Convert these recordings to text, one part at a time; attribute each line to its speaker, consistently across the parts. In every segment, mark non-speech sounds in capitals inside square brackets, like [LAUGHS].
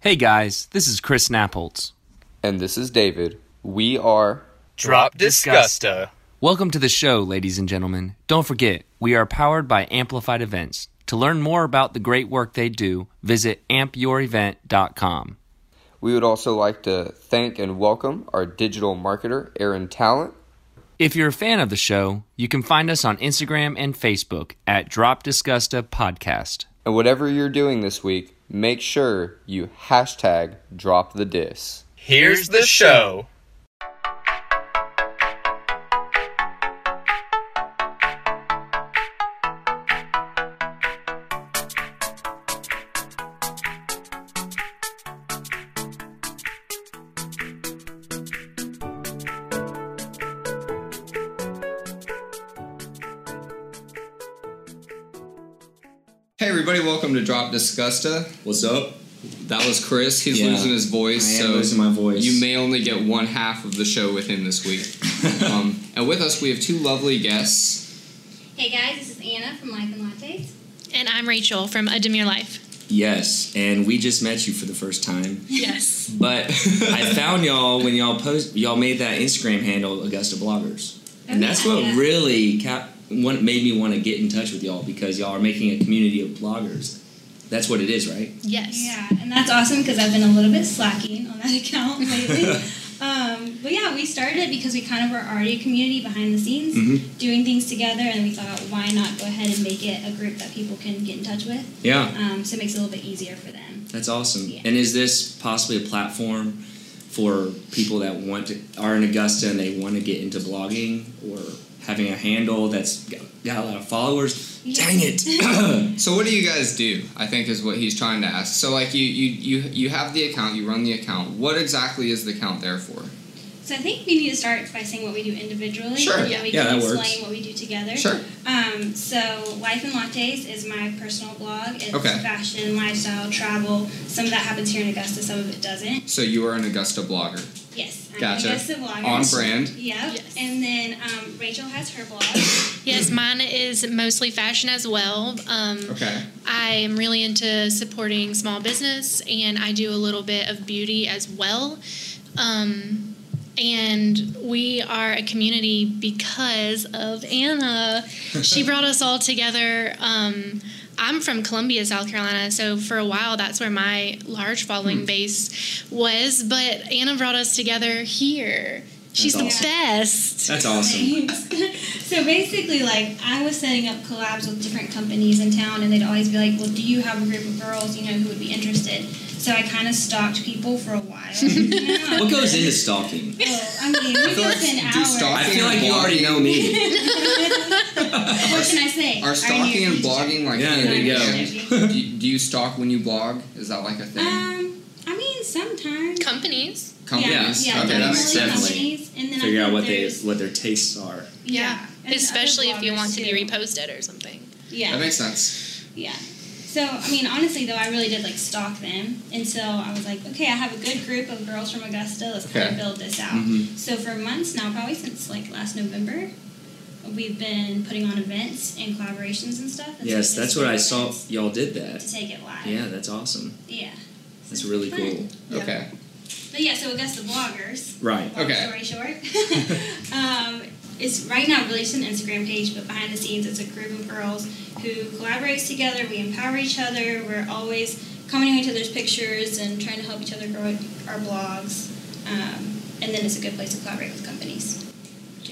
Speaker 1: Hey guys, this is Chris Knappholtz.
Speaker 2: And this is David. We are.
Speaker 3: Drop Disgusta.
Speaker 1: Welcome to the show, ladies and gentlemen. Don't forget, we are powered by Amplified Events. To learn more about the great work they do, visit ampyourevent.com.
Speaker 2: We would also like to thank and welcome our digital marketer, Aaron Talent.
Speaker 1: If you're a fan of the show, you can find us on Instagram and Facebook at Drop Disgusta Podcast.
Speaker 2: And whatever you're doing this week, make sure you hashtag drop the dis.
Speaker 3: Here's the show.
Speaker 2: Hey, everybody, welcome to Drop Disgusta.
Speaker 4: What's up?
Speaker 2: That was Chris. He's
Speaker 4: Yeah.
Speaker 2: losing his voice.
Speaker 4: I am
Speaker 2: so
Speaker 4: losing my voice.
Speaker 2: You may only get one half of the show with him
Speaker 4: [LAUGHS]
Speaker 2: this week. um, and with us, we have two lovely guests.
Speaker 5: Hey guys, this is Anna from Life and Lattes.
Speaker 6: And I'm Rachel from A Dim Your Life.
Speaker 4: Yes, and we just met you for the first time,
Speaker 6: Yes.
Speaker 4: but [LAUGHS] I found y'all when y'all post y'all made that Instagram handle Augusta Bloggers, and that's what
Speaker 5: Yeah.
Speaker 4: really cap one made me want to get in touch with y'all because y'all are making a community of bloggers. That's what it is, right?
Speaker 6: Yes.
Speaker 5: Yeah, and that's awesome because I've been a little bit slacking on that [LAUGHS] account lately. um, but yeah, we started it because we kind of were already a community behind the scenes, doing things together, and we thought, why not go ahead and make it a group that people can get in touch with?
Speaker 4: Yeah,
Speaker 5: Um, so it makes it a little bit easier for them.
Speaker 4: that's awesome.
Speaker 5: Yeah.
Speaker 4: And is this possibly a platform for people that want to are in Augusta and they want to get into blogging or having a handle that's got, got a lot of followers? Dang it!
Speaker 7: [LAUGHS]
Speaker 2: So, what do you guys do? I think is what he's trying to ask. So, like, you you you you have the account, you run the account. What exactly is the account there for?
Speaker 5: So I think we need to start by saying what we do individually,
Speaker 2: Sure.
Speaker 5: and then we
Speaker 4: Yeah,
Speaker 5: can
Speaker 4: that
Speaker 5: explain
Speaker 4: works.
Speaker 5: what we do together.
Speaker 2: Sure.
Speaker 5: Um, so Life and Lattes is my personal blog. It's
Speaker 2: Okay.
Speaker 5: fashion, lifestyle, travel. Some of that happens here in Augusta, some of it doesn't.
Speaker 2: So, you are an Augusta blogger.
Speaker 5: Yes, I'm
Speaker 2: Gotcha.
Speaker 5: Augusta blogger.
Speaker 2: On brand.
Speaker 5: Yep.
Speaker 6: Yes.
Speaker 5: And then um, Rachel has her blog.
Speaker 6: Yes, mine is mostly fashion as well. Um,
Speaker 2: Okay.
Speaker 6: I am really into supporting small business and I do a little bit of beauty as well. Um, and we are a community because of Anna. She brought us all together. Um, I'm from Columbia, South Carolina, so for a while that's where my large following base was. But Anna brought us together here. She's the
Speaker 4: awesome.
Speaker 6: best.
Speaker 4: That's
Speaker 6: [LAUGHS]
Speaker 4: awesome.
Speaker 5: Thanks. [LAUGHS] so basically, like I was setting up collabs with different companies in town, and they'd always be like, "Well, do you have a group of girls you know who would be interested?" So I kind of stalked people for a
Speaker 2: [LAUGHS]
Speaker 5: while. You know,
Speaker 4: What
Speaker 5: I'm
Speaker 4: goes
Speaker 5: good.
Speaker 4: into stalking?
Speaker 5: Well, I mean, we could spend
Speaker 2: do
Speaker 5: hours.
Speaker 2: stalking
Speaker 4: I feel like you
Speaker 2: and
Speaker 4: already
Speaker 2: blogging-
Speaker 4: know
Speaker 6: [LAUGHS]
Speaker 4: me.
Speaker 5: What can I say?
Speaker 2: Are stalking and blogging like
Speaker 4: Yeah, there you
Speaker 2: [LAUGHS] go. do, you, do you stalk when you blog? Is that like a thing?
Speaker 5: Um, I mean, sometimes.
Speaker 6: Companies.
Speaker 2: Companies.
Speaker 5: Yeah, yeah
Speaker 2: okay, that
Speaker 5: definitely
Speaker 2: makes sense.
Speaker 4: definitely.
Speaker 5: companies, And then I
Speaker 4: Figure out
Speaker 5: think
Speaker 4: what they
Speaker 5: there's-
Speaker 4: what their tastes are.
Speaker 5: Yeah. and
Speaker 6: Especially
Speaker 5: other
Speaker 6: if you
Speaker 5: bloggers
Speaker 6: want to be
Speaker 5: too.
Speaker 6: reposted or something.
Speaker 5: Yeah.
Speaker 2: That makes sense.
Speaker 5: Yeah. So I mean, honestly though, I really did like stalk them until I was like, okay, I have a good group of girls from Augusta. Let's kind
Speaker 2: Okay.
Speaker 5: of build this out.
Speaker 4: Mm-hmm.
Speaker 5: So for months now, probably since like last November, we've been putting on events and collaborations and stuff. And
Speaker 4: Yes,
Speaker 5: so just
Speaker 4: that's what I saw.
Speaker 5: events
Speaker 4: Y'all did that.
Speaker 5: To take it live.
Speaker 4: Yeah, that's awesome.
Speaker 5: Yeah.
Speaker 4: That's really cool.
Speaker 2: Okay.
Speaker 5: But yeah, so Augusta bloggers.
Speaker 4: Right.
Speaker 5: Long
Speaker 2: Okay.
Speaker 5: story short, [LAUGHS] um, it's right now really just an Instagram page, but behind the scenes, it's a group of girls who collaborates together. We empower each other. We're always commenting on each other's pictures and trying to help each other grow our blogs. Um, and then it's a good place to collaborate with companies.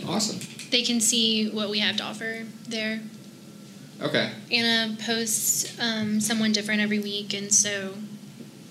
Speaker 2: Awesome.
Speaker 6: They can see what we have to offer there.
Speaker 4: [LAUGHS]
Speaker 2: Okay.
Speaker 6: Anna posts um, someone different every week, and so.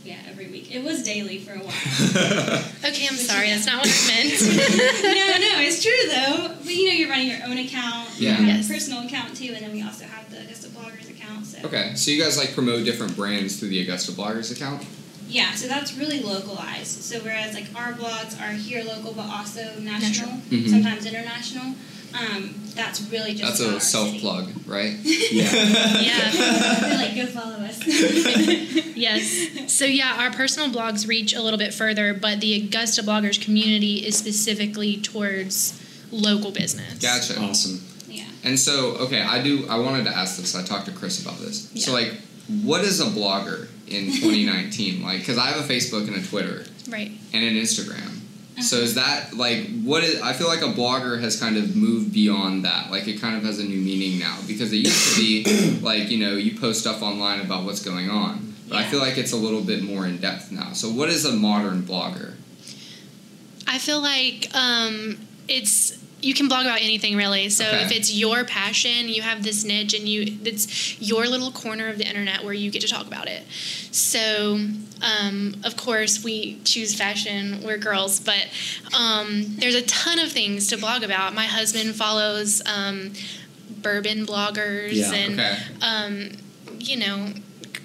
Speaker 5: Yeah, every week. It was daily for a
Speaker 2: [LAUGHS]
Speaker 5: while.
Speaker 6: Okay, I'm sorry, that's not what I meant.
Speaker 5: no, [LAUGHS] no, it's true though. But you know, you're running your own account. You
Speaker 2: Yeah.
Speaker 5: have
Speaker 6: Yes.
Speaker 5: a personal account too, and then we also have the Augusta Bloggers account. So.
Speaker 2: Okay. So you guys like promote different brands through the Augusta Bloggers account?
Speaker 5: Yeah, so that's really localized. So whereas like our blogs are here local, but also national,
Speaker 6: National.
Speaker 2: Mhm.
Speaker 5: sometimes international. Um, that's really just
Speaker 2: That's
Speaker 5: about our
Speaker 2: a self
Speaker 5: city.
Speaker 2: plug, right?
Speaker 4: Yeah.
Speaker 6: [LAUGHS] yeah, [LAUGHS]
Speaker 5: [LAUGHS] They're like, go follow us.
Speaker 6: yes. So, yeah, our personal blogs reach a little bit further, but the Augusta Bloggers community is specifically towards local business.
Speaker 2: Gotcha.
Speaker 4: awesome.
Speaker 5: yeah.
Speaker 2: And so, okay, I do. I wanted to ask this. I talked to Chris about this. So, like, what is a blogger? in 2019? like, because I have a Facebook and a Twitter
Speaker 6: Right.
Speaker 2: and an Instagram.
Speaker 5: Mm-hmm.
Speaker 2: So is that like what is? I feel like a blogger has kind of moved beyond that. Like it kind of has a new meaning now because it used
Speaker 5: [COUGHS]
Speaker 2: to be like you know you post stuff online about what's going on. But I
Speaker 5: Yeah.
Speaker 2: feel like it's a little bit more in depth now. So what is a modern blogger?
Speaker 6: I feel like um, it's you can blog about anything really. So
Speaker 2: Okay.
Speaker 6: if it's your passion, you have this niche, and you it's your little corner of the internet where you get to talk about it. So um, of course we choose fashion. We're girls, but um, there's a ton of things to blog about. My husband follows um, bourbon bloggers
Speaker 4: Yeah,
Speaker 6: and
Speaker 2: Okay.
Speaker 6: um, you know,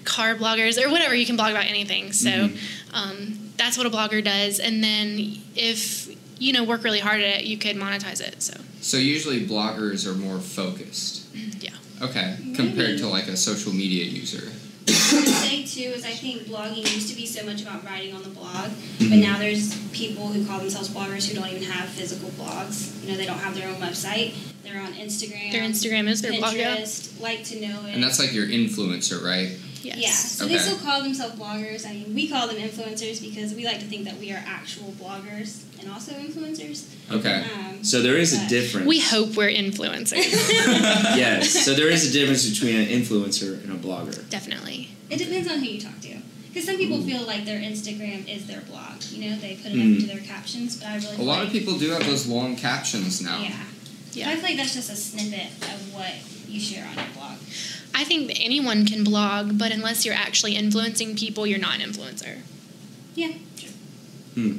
Speaker 6: car bloggers or whatever. You can blog about anything. So
Speaker 4: Mm-hmm.
Speaker 6: um, that's what a blogger does. And then if you know work really hard at it, you could monetize it. So
Speaker 2: So usually bloggers are more focused.
Speaker 5: Mm-hmm.
Speaker 6: yeah,
Speaker 2: Okay, compared to like a social media user.
Speaker 5: I say too is I think blogging used to be so much about writing on the blog, but
Speaker 2: Mm-hmm.
Speaker 5: now there's people who call themselves bloggers who don't even have physical blogs. You know, they don't have their own website. They're on Instagram.
Speaker 6: their Instagram is their blog. yeah.
Speaker 5: Pinterest, like to know it.
Speaker 2: And that's like your influencer, right?
Speaker 5: yeah.
Speaker 6: Yes.
Speaker 5: So they
Speaker 2: Okay.
Speaker 5: still call themselves bloggers. I mean, we call them influencers because we like to think that we are actual bloggers and also influencers. [LAUGHS]
Speaker 2: Okay. [LAUGHS]
Speaker 5: Um,
Speaker 4: So there is a
Speaker 5: but-
Speaker 4: difference.
Speaker 6: We [LAUGHS] hope we're influencers.
Speaker 2: [LAUGHS]
Speaker 4: yes. So there is a difference between an influencer and a blogger.
Speaker 6: Definitely.
Speaker 5: It depends on who you talk to. Because some
Speaker 2: Mm.
Speaker 5: people feel like their Instagram is their blog. You know, they put it into their captions, but I really
Speaker 2: A
Speaker 5: feel
Speaker 2: lot
Speaker 5: like,
Speaker 2: of people do have those long captions now.
Speaker 5: Yeah.
Speaker 6: Yeah.
Speaker 5: I feel like that's just a snippet of what you share on your blog.
Speaker 6: I think that anyone can blog, but unless you're actually influencing people, you're not an influencer.
Speaker 5: Yeah.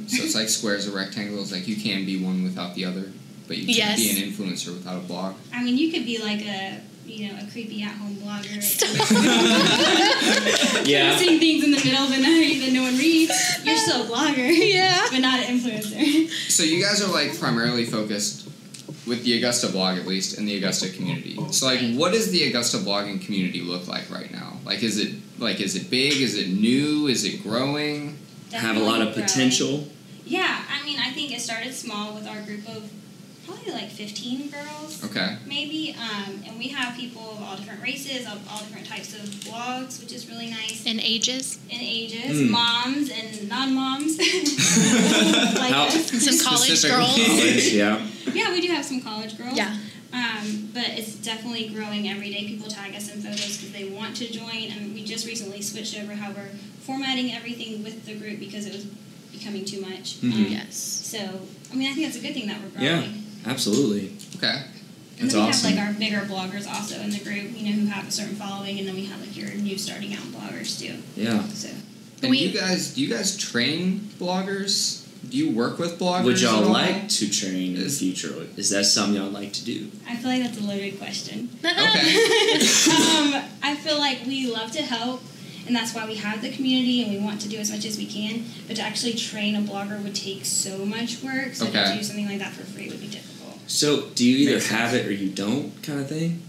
Speaker 2: So it's like squares or rectangles. Like you can be one without the other, but you can't
Speaker 6: Yes.
Speaker 2: be an influencer without a blog.
Speaker 5: I mean, you could be like a, you know, a creepy at-home blogger.
Speaker 4: Yeah.
Speaker 5: Posting things in the middle of the night that no one reads. You're still a blogger.
Speaker 6: [LAUGHS] Yeah.
Speaker 5: But not an influencer.
Speaker 2: So you guys are like primarily focused with the Augusta blog, at least, and the Augusta community. So like, what does the Augusta blogging community look like right now? Like, is it like is it big? Is it new? Is it growing?
Speaker 4: Have a lot of
Speaker 5: Definitely growing.
Speaker 4: potential.
Speaker 5: Yeah, I mean, I think it started small with our group of probably like 15 girls.
Speaker 2: Okay.
Speaker 5: maybe. Um, and we have people of all different races, of all different types of blogs, which is really nice.
Speaker 6: And ages.
Speaker 5: And ages,
Speaker 4: Mm.
Speaker 5: moms and
Speaker 4: [LAUGHS]
Speaker 5: non-moms. like
Speaker 4: How-
Speaker 5: us.
Speaker 6: Some college
Speaker 2: Specifically.
Speaker 6: girls.
Speaker 4: College, yeah.
Speaker 5: Yeah, we do have some college girls.
Speaker 6: Yeah.
Speaker 5: Um, but it's definitely growing every day. People tag us in photos because they want to join. And we just recently switched over how we're formatting everything with the group because it was becoming too much.
Speaker 4: Mm-hmm.
Speaker 5: Um,
Speaker 6: Yes.
Speaker 5: So, I mean, I think that's a good thing that we're growing.
Speaker 4: Yeah. Absolutely.
Speaker 2: Okay.
Speaker 4: That's
Speaker 5: And then we
Speaker 4: awesome.
Speaker 5: have like our bigger bloggers also in the group, you know, who have a certain following, and then we have like your new starting out bloggers too.
Speaker 4: Yeah.
Speaker 5: So
Speaker 2: And
Speaker 6: We-
Speaker 2: you guys, do you guys train bloggers? Do you work with bloggers?
Speaker 4: Would
Speaker 2: at
Speaker 4: y'all
Speaker 2: all?
Speaker 4: like to train in the
Speaker 2: Is-
Speaker 4: future? Is that something y'all like to do?
Speaker 5: I feel like that's a loaded
Speaker 4: [LAUGHS]
Speaker 5: question.
Speaker 6: [LAUGHS]
Speaker 2: Okay.
Speaker 5: um, I feel like we love to help, and that's why we have the community, and we want to do as much as we can. But to actually train a blogger would take so much work. So
Speaker 2: Okay.
Speaker 5: to do something like that for free would be difficult.
Speaker 4: So do you either
Speaker 2: Makes sense.
Speaker 4: have it or you don't kind of thing?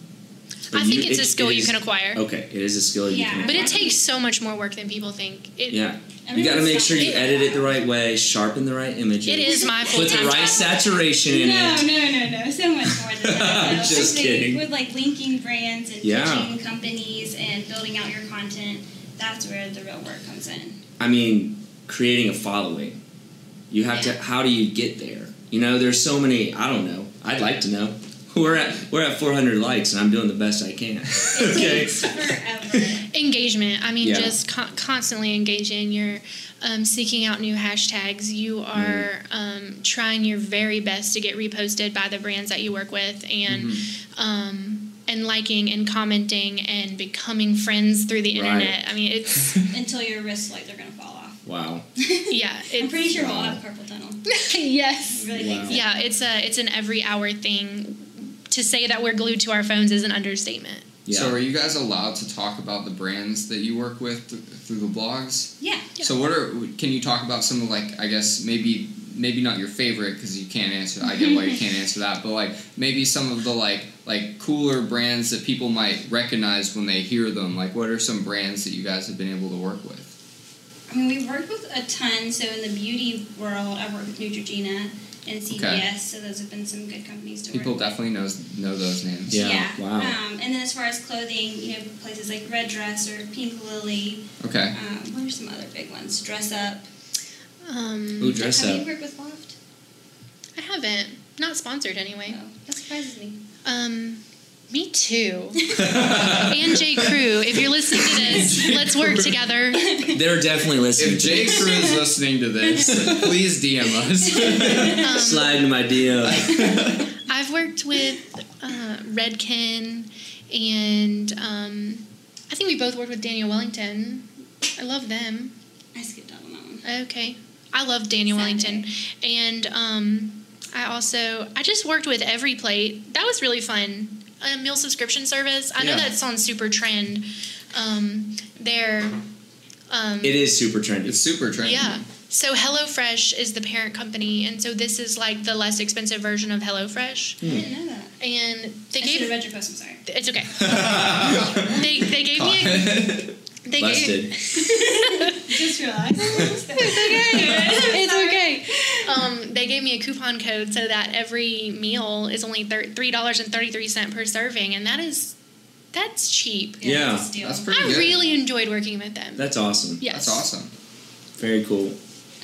Speaker 4: Or
Speaker 6: I
Speaker 4: you-
Speaker 6: think it's
Speaker 4: it-
Speaker 6: a skill
Speaker 4: it
Speaker 6: you
Speaker 4: is-
Speaker 6: can acquire.
Speaker 4: Okay, it is a skill you
Speaker 5: Yeah.
Speaker 4: can.
Speaker 6: But it takes so much more work than people think. It,
Speaker 4: Yeah. You got to make sure you edit it the right way, sharpen the right images.
Speaker 6: It is my
Speaker 4: Put the
Speaker 6: full-time
Speaker 4: right
Speaker 6: job.
Speaker 4: saturation in
Speaker 5: No,
Speaker 4: it.
Speaker 5: no, no, no. So much more
Speaker 4: [LAUGHS]
Speaker 5: than that.
Speaker 4: I'm
Speaker 5: though.
Speaker 4: just
Speaker 5: Like,
Speaker 4: kidding.
Speaker 5: With like linking brands and
Speaker 4: Yeah.
Speaker 5: pitching companies and building out your content, that's where the real work comes in.
Speaker 4: I mean, creating a following. You have to.
Speaker 5: Yeah.
Speaker 4: How do you get there? You know, there's so many. I don't know. I'd like to know. [LAUGHS] We're at we're at 400 likes, and I'm doing the best I
Speaker 6: [LAUGHS]
Speaker 4: can.
Speaker 5: It
Speaker 4: [LAUGHS] okay.
Speaker 5: takes forever.
Speaker 6: engagement. I mean,
Speaker 4: Yeah.
Speaker 6: just con- constantly engaging. You're um, seeking out new hashtags. You
Speaker 4: Mm-hmm.
Speaker 6: are um, trying your very best to get reposted by the brands that you work with, and
Speaker 4: Mm-hmm.
Speaker 6: um, and liking and commenting and becoming friends through the
Speaker 4: Right.
Speaker 6: internet. I mean,
Speaker 4: [LAUGHS]
Speaker 6: it's
Speaker 5: Until your wrists like they're gonna fall off.
Speaker 4: Wow.
Speaker 6: yeah,
Speaker 5: I'm
Speaker 6: it's
Speaker 5: pretty sure we'll
Speaker 4: Wow.
Speaker 5: have carpal tunnel.
Speaker 6: [LAUGHS] yes,
Speaker 5: I really
Speaker 4: Wow.
Speaker 5: think so.
Speaker 6: yeah. It's a it's an every hour thing. To say that we're glued to our phones is an understatement.
Speaker 4: Yeah.
Speaker 2: So are you guys allowed to talk about the brands that you work with th- through the blogs?
Speaker 5: Yeah.
Speaker 2: So what are can you talk about some of like I guess maybe maybe not your favorite because you can't answer I get why
Speaker 5: [LAUGHS]
Speaker 2: you can't answer that but like maybe some of the like like cooler brands that people might recognize when they hear them like what are some brands that you guys have been able to work with
Speaker 5: I mean, we've worked with a ton. So in the beauty world, I've worked with Neutrogena. and CBS.
Speaker 2: Okay.
Speaker 5: So those have been some good companies to
Speaker 2: People
Speaker 5: work. with.
Speaker 2: definitely knows know those names.
Speaker 4: Yeah. wow.
Speaker 5: Um, and then as far as clothing, you know, places like Red Dress or Pink Lily.
Speaker 2: Okay.
Speaker 5: Um, what are some other big ones? Dress Up.
Speaker 6: Um,
Speaker 4: Ooh, dress
Speaker 5: Have
Speaker 4: up.
Speaker 5: you worked with Loft?
Speaker 6: I haven't. Not sponsored anyway.
Speaker 5: No. That surprises me.
Speaker 6: Um, me too. and J. Crew, if you're listening to this, let's work together.
Speaker 4: They're definitely listening.
Speaker 2: If Jake Crew is listening to this,
Speaker 5: [LAUGHS]
Speaker 2: please DM us.
Speaker 6: Um,
Speaker 4: Slide into my DM.
Speaker 6: I've worked with uh, Redken, and um, I think we both worked with Daniel Wellington. I love them.
Speaker 5: I skipped out on that one.
Speaker 6: Okay. I love Daniel Wellington. And um, I also, I just worked with Every Plate. That was really fun. A meal subscription service. I know
Speaker 4: Yeah.
Speaker 6: that's on super trend. Um, they're, um,
Speaker 4: It is super trendy.
Speaker 2: it's super trendy.
Speaker 6: yeah. So HelloFresh is the parent company. And so this is like the less expensive version of HelloFresh.
Speaker 4: Hmm.
Speaker 5: I didn't know that.
Speaker 6: And they
Speaker 5: I should have
Speaker 6: gave,
Speaker 5: read your post. I'm sorry.
Speaker 4: [LAUGHS]
Speaker 6: it's okay. they, they gave me a, they gave,
Speaker 4: Busted.
Speaker 5: Just realized. [LAUGHS] it's
Speaker 6: it's
Speaker 5: okay.
Speaker 6: okay. Um, they gave me a coupon code so that every meal is only thir- three dollars and thirty three cent per serving, and that is that's cheap.
Speaker 4: Yeah.
Speaker 5: that's a steal.
Speaker 2: That's pretty
Speaker 6: I
Speaker 2: good.
Speaker 6: really enjoyed working with them.
Speaker 4: That's awesome.
Speaker 6: yes,
Speaker 2: That's awesome.
Speaker 4: Very cool.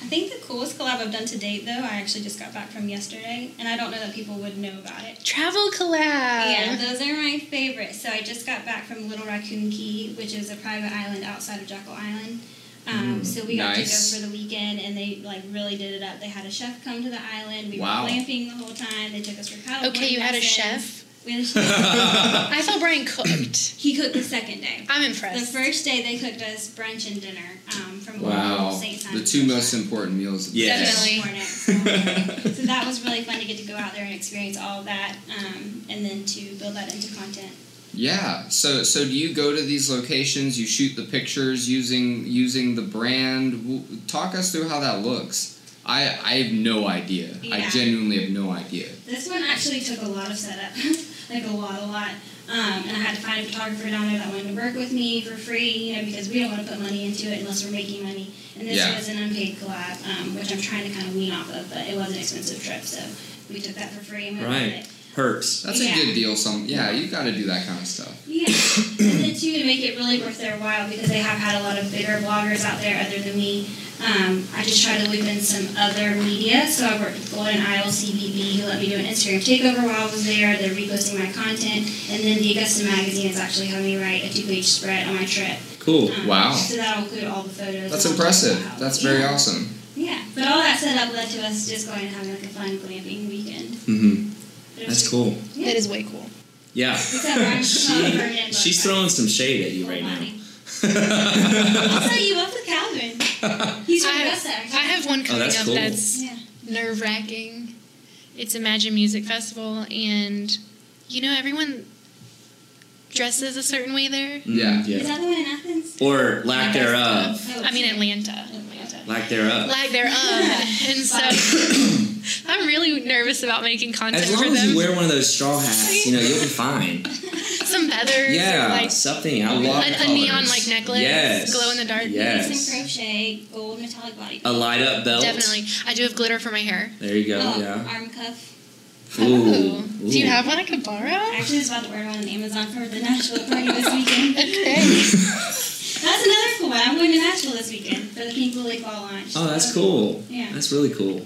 Speaker 5: I think the coolest collab I've done to date, though, I actually just got back from yesterday, and I don't know that people would know about it.
Speaker 6: Travel collab.
Speaker 5: yeah, those are my favorites. So I just got back from Little Raccoon Key, which is a private island outside of Jackal Island. Um, so we got
Speaker 2: Mm, nice.
Speaker 5: to go for the weekend, and they like really did it up. They had a chef come to the island. We
Speaker 2: Wow.
Speaker 5: were glamping the whole time. They took us for paddleboarding.
Speaker 6: okay, you had a
Speaker 5: lessons.
Speaker 6: chef.
Speaker 5: We had a chef.
Speaker 2: [LAUGHS]
Speaker 6: I thought Brian
Speaker 2: [CLEARS THROAT]
Speaker 6: cooked.
Speaker 5: he cooked the second day.
Speaker 6: I'm
Speaker 5: The
Speaker 6: impressed.
Speaker 5: first day they cooked us brunch and dinner um, from a local
Speaker 2: Wow.
Speaker 5: St.
Speaker 2: The
Speaker 5: Simon's
Speaker 2: two
Speaker 5: restaurant.
Speaker 2: most important meals of the
Speaker 4: Yes.
Speaker 2: day.
Speaker 5: Definitely.
Speaker 2: [LAUGHS]
Speaker 5: so that was really fun to get to go out there and experience all of that, um, and then to build that into content.
Speaker 2: Yeah. So so do you go to these locations? You shoot the pictures using using the brand. W- Talk us through how that looks. I I have no idea. I
Speaker 5: Yeah.
Speaker 2: genuinely have no idea.
Speaker 5: This one actually took a lot of setup, [LAUGHS] like a lot, a lot. Um, and I had to find a photographer down there that wanted to work with me for free, you know, because we don't want to put money into it unless we're making money. And this
Speaker 2: Yeah.
Speaker 5: was an unpaid collab, um, which I'm trying to kind of wean off of, but it was an expensive trip, so we took that for free and we went with
Speaker 4: Right.
Speaker 5: it.
Speaker 4: Hurts.
Speaker 2: That's
Speaker 5: Yeah.
Speaker 2: a good deal. Some yeah, you got to do that kind of stuff.
Speaker 5: Yeah, and then too to make it really worth their while because they have had a lot of bigger bloggers out there other than me. Um, I just try to loop in some other media, so I worked with Golden Idol CBB, who let me do an Instagram takeover while I was there. They're reposting my content, and then the Augusta magazine is actually having me write a two-page spread on my trip.
Speaker 4: Cool.
Speaker 5: Um,
Speaker 2: Wow.
Speaker 5: So that'll include all the photos.
Speaker 2: That's
Speaker 5: and all the
Speaker 2: impressive.
Speaker 5: profiles.
Speaker 2: That's very
Speaker 5: yeah.
Speaker 2: awesome.
Speaker 6: [LAUGHS]
Speaker 5: Yeah, but all that setup led to us just going and having like a fun glamping weekend.
Speaker 4: Mm-hmm.
Speaker 5: It was
Speaker 4: That's cool.
Speaker 5: Yeah.
Speaker 6: That is way cool.
Speaker 4: Yeah.
Speaker 5: Except
Speaker 4: [LAUGHS]
Speaker 5: I'm
Speaker 4: she, she's throwing some shade at you right
Speaker 5: I'll
Speaker 4: now.
Speaker 5: set you up with Calvin.
Speaker 4: [LAUGHS]
Speaker 5: He's from
Speaker 6: I,
Speaker 5: Augusta,
Speaker 6: have,
Speaker 5: actually.
Speaker 6: I have one
Speaker 2: Oh,
Speaker 6: coming
Speaker 4: that's
Speaker 6: up
Speaker 4: cool.
Speaker 6: that's
Speaker 5: Yeah.
Speaker 6: nerve wracking. It's Imagine Music Festival, and you know everyone dresses a certain way there.
Speaker 2: Yeah.
Speaker 5: Is
Speaker 4: Mm, yeah.
Speaker 5: that the one in Athens?
Speaker 4: Or lack thereof.
Speaker 5: Oh,
Speaker 6: I mean Atlanta.
Speaker 5: Atlanta.
Speaker 4: Lack [CLEARS THROAT] thereof.
Speaker 6: Like they're up, uh, [LAUGHS] and so I'm really nervous about making content
Speaker 4: As long
Speaker 6: for
Speaker 4: as you
Speaker 6: them.
Speaker 4: wear one of those straw hats, you know
Speaker 6: [LAUGHS]
Speaker 4: you'll be fine.
Speaker 6: Some feathers,
Speaker 4: Yeah,
Speaker 6: or like
Speaker 4: something. I
Speaker 2: A
Speaker 4: love
Speaker 2: lot
Speaker 6: a, a
Speaker 2: colours.
Speaker 6: neon like necklace,
Speaker 4: Yes.
Speaker 6: glow in the dark.
Speaker 5: Some
Speaker 4: Yes. Oh,
Speaker 5: crochet, gold metallic body.
Speaker 4: A light up belt.
Speaker 6: Definitely, I do have glitter for my hair.
Speaker 4: There you go.
Speaker 5: Oh,
Speaker 4: Yeah.
Speaker 5: arm cuff.
Speaker 4: Ooh. Ooh.
Speaker 6: do you have one I could borrow?
Speaker 5: I actually was about to order one on Amazon for the
Speaker 6: [LAUGHS]
Speaker 5: Nashville party this weekend.
Speaker 6: Okay.
Speaker 5: That's another cool one. I'm going to Nashville this weekend for the Pink Lily Fall launch.
Speaker 4: Oh, that's cool.
Speaker 5: Yeah.
Speaker 4: That's really cool.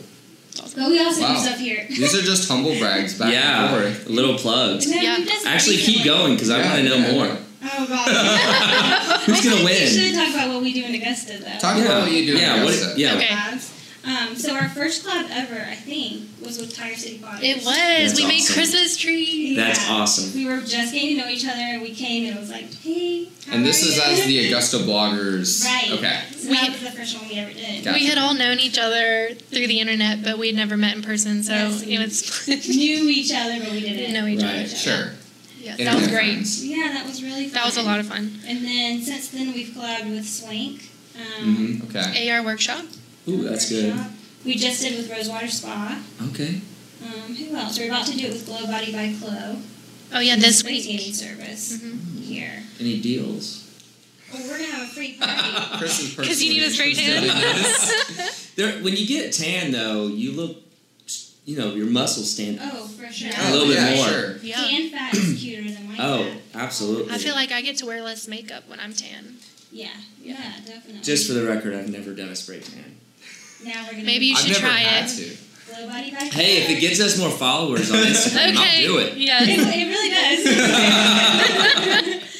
Speaker 5: But we also
Speaker 2: Wow.
Speaker 5: do stuff here.
Speaker 2: These are just humble brags back
Speaker 4: yeah.
Speaker 2: and forth.
Speaker 4: Little plugs.
Speaker 5: [LAUGHS] No,
Speaker 6: Yeah.
Speaker 5: we've done stuff
Speaker 4: Actually, keep
Speaker 5: recently.
Speaker 4: going because I
Speaker 2: Yeah,
Speaker 4: want to know
Speaker 2: yeah,
Speaker 4: more.
Speaker 2: yeah.
Speaker 6: [LAUGHS]
Speaker 5: Oh,
Speaker 4: [LAUGHS]
Speaker 5: God.
Speaker 4: Who's gonna
Speaker 5: We
Speaker 4: win?
Speaker 5: should talk about what we do in Augusta, though.
Speaker 2: Talk about what you do. in
Speaker 4: Yeah. What,
Speaker 2: Augusta.
Speaker 4: yeah.
Speaker 6: Okay.
Speaker 5: collabs. Um, so our first collab ever, I think, was with Tire City Potters.
Speaker 6: It was.
Speaker 4: That's
Speaker 6: we made
Speaker 4: awesome.
Speaker 6: Christmas trees.
Speaker 4: That's awesome.
Speaker 5: We were just getting to know each other, and we came, and it was like, hey. How
Speaker 2: And this
Speaker 5: are
Speaker 2: is
Speaker 5: you?
Speaker 2: as the Augusta bloggers.
Speaker 5: Right.
Speaker 2: Okay.
Speaker 5: [LAUGHS] So
Speaker 6: We-
Speaker 5: that was the first one we ever did.
Speaker 2: Gotcha.
Speaker 6: We had all known each other through the internet, but we had never met in person, so
Speaker 5: Yes.
Speaker 6: it was [LAUGHS]
Speaker 5: Knew each other, but we didn't.
Speaker 6: didn't know each
Speaker 4: Right.
Speaker 6: other.
Speaker 2: Sure.
Speaker 6: Yeah, that
Speaker 2: Internet
Speaker 6: was great.
Speaker 2: friends.
Speaker 5: Yeah, that was really. Fun.
Speaker 6: That was a lot of fun.
Speaker 5: And then since then, we've collabed with Swank. Um,
Speaker 2: Mm-hmm. Okay.
Speaker 6: AR workshop.
Speaker 4: Ooh, that's good.
Speaker 5: workshop. We just did with Rosewater Spa.
Speaker 4: Okay.
Speaker 5: Um, who else? We're about to do it with Glow Body by Glow.
Speaker 6: Oh yeah, this
Speaker 5: Free tanning
Speaker 6: week.
Speaker 5: service
Speaker 6: Mhm.
Speaker 5: here.
Speaker 4: Any deals?
Speaker 5: Well, we're gonna have a
Speaker 2: [LAUGHS]
Speaker 5: free party.
Speaker 2: Chris is
Speaker 6: [LAUGHS] Because you need a straight
Speaker 2: personally
Speaker 6: tan.
Speaker 2: interested in this.
Speaker 4: There, when you get tan though, you look s- you know, your muscles stand
Speaker 5: Oh, for sure.
Speaker 4: a little
Speaker 2: yeah,
Speaker 4: bit more.
Speaker 2: Sure.
Speaker 6: Yeah.
Speaker 5: Tan fat is cuter than white
Speaker 4: Oh,
Speaker 5: fat.
Speaker 4: absolutely.
Speaker 6: I feel like I get to wear less makeup when I'm tan.
Speaker 5: Yeah. Yeah, definitely.
Speaker 4: Just for the record, I've never done a spray tan.
Speaker 5: now we're gonna
Speaker 6: Maybe you
Speaker 2: I've
Speaker 6: should
Speaker 2: never
Speaker 6: try
Speaker 2: had
Speaker 6: it.
Speaker 2: to.
Speaker 5: blow body back.
Speaker 4: Hey, if it gets us more followers
Speaker 6: [LAUGHS]
Speaker 4: on Instagram, I'll
Speaker 6: Okay.
Speaker 4: do it.
Speaker 5: [LAUGHS] It,
Speaker 6: Yes.
Speaker 5: it really
Speaker 4: [LAUGHS]
Speaker 5: [LAUGHS] does.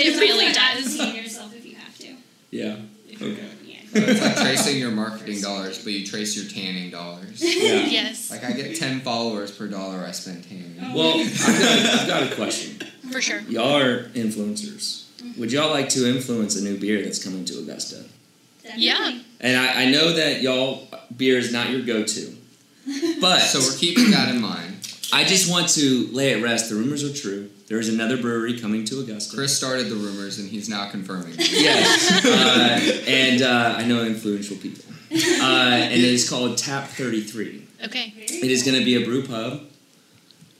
Speaker 6: It really does.
Speaker 5: Pay yourself if you have to.
Speaker 4: Yeah. Okay.
Speaker 5: Yeah.
Speaker 2: It's like tracing your marketing dollars, but you trace your tanning dollars.
Speaker 4: Yeah.
Speaker 6: Yes.
Speaker 2: Like I get ten followers per dollar I spend tanning.
Speaker 5: [LAUGHS]
Speaker 4: Well, I've got, I've got a question.
Speaker 6: For sure.
Speaker 4: Y'all are influencers. Would y'all like to influence a new beer that's coming to Augusta?
Speaker 6: Yeah.
Speaker 4: And I, I know that y'all beer is not your go-to, but
Speaker 2: So we're keeping that in mind.
Speaker 4: I just want to lay at rest. The rumors are true. There is another brewery coming to Augusta.
Speaker 2: Chris started the rumors and he's now confirming. them. [LAUGHS]
Speaker 4: Yes. uh, and uh, I know influential people.
Speaker 2: [LAUGHS]
Speaker 4: Uh, and it is called Tap 33.
Speaker 6: Okay.
Speaker 4: It is going to be a brew pub.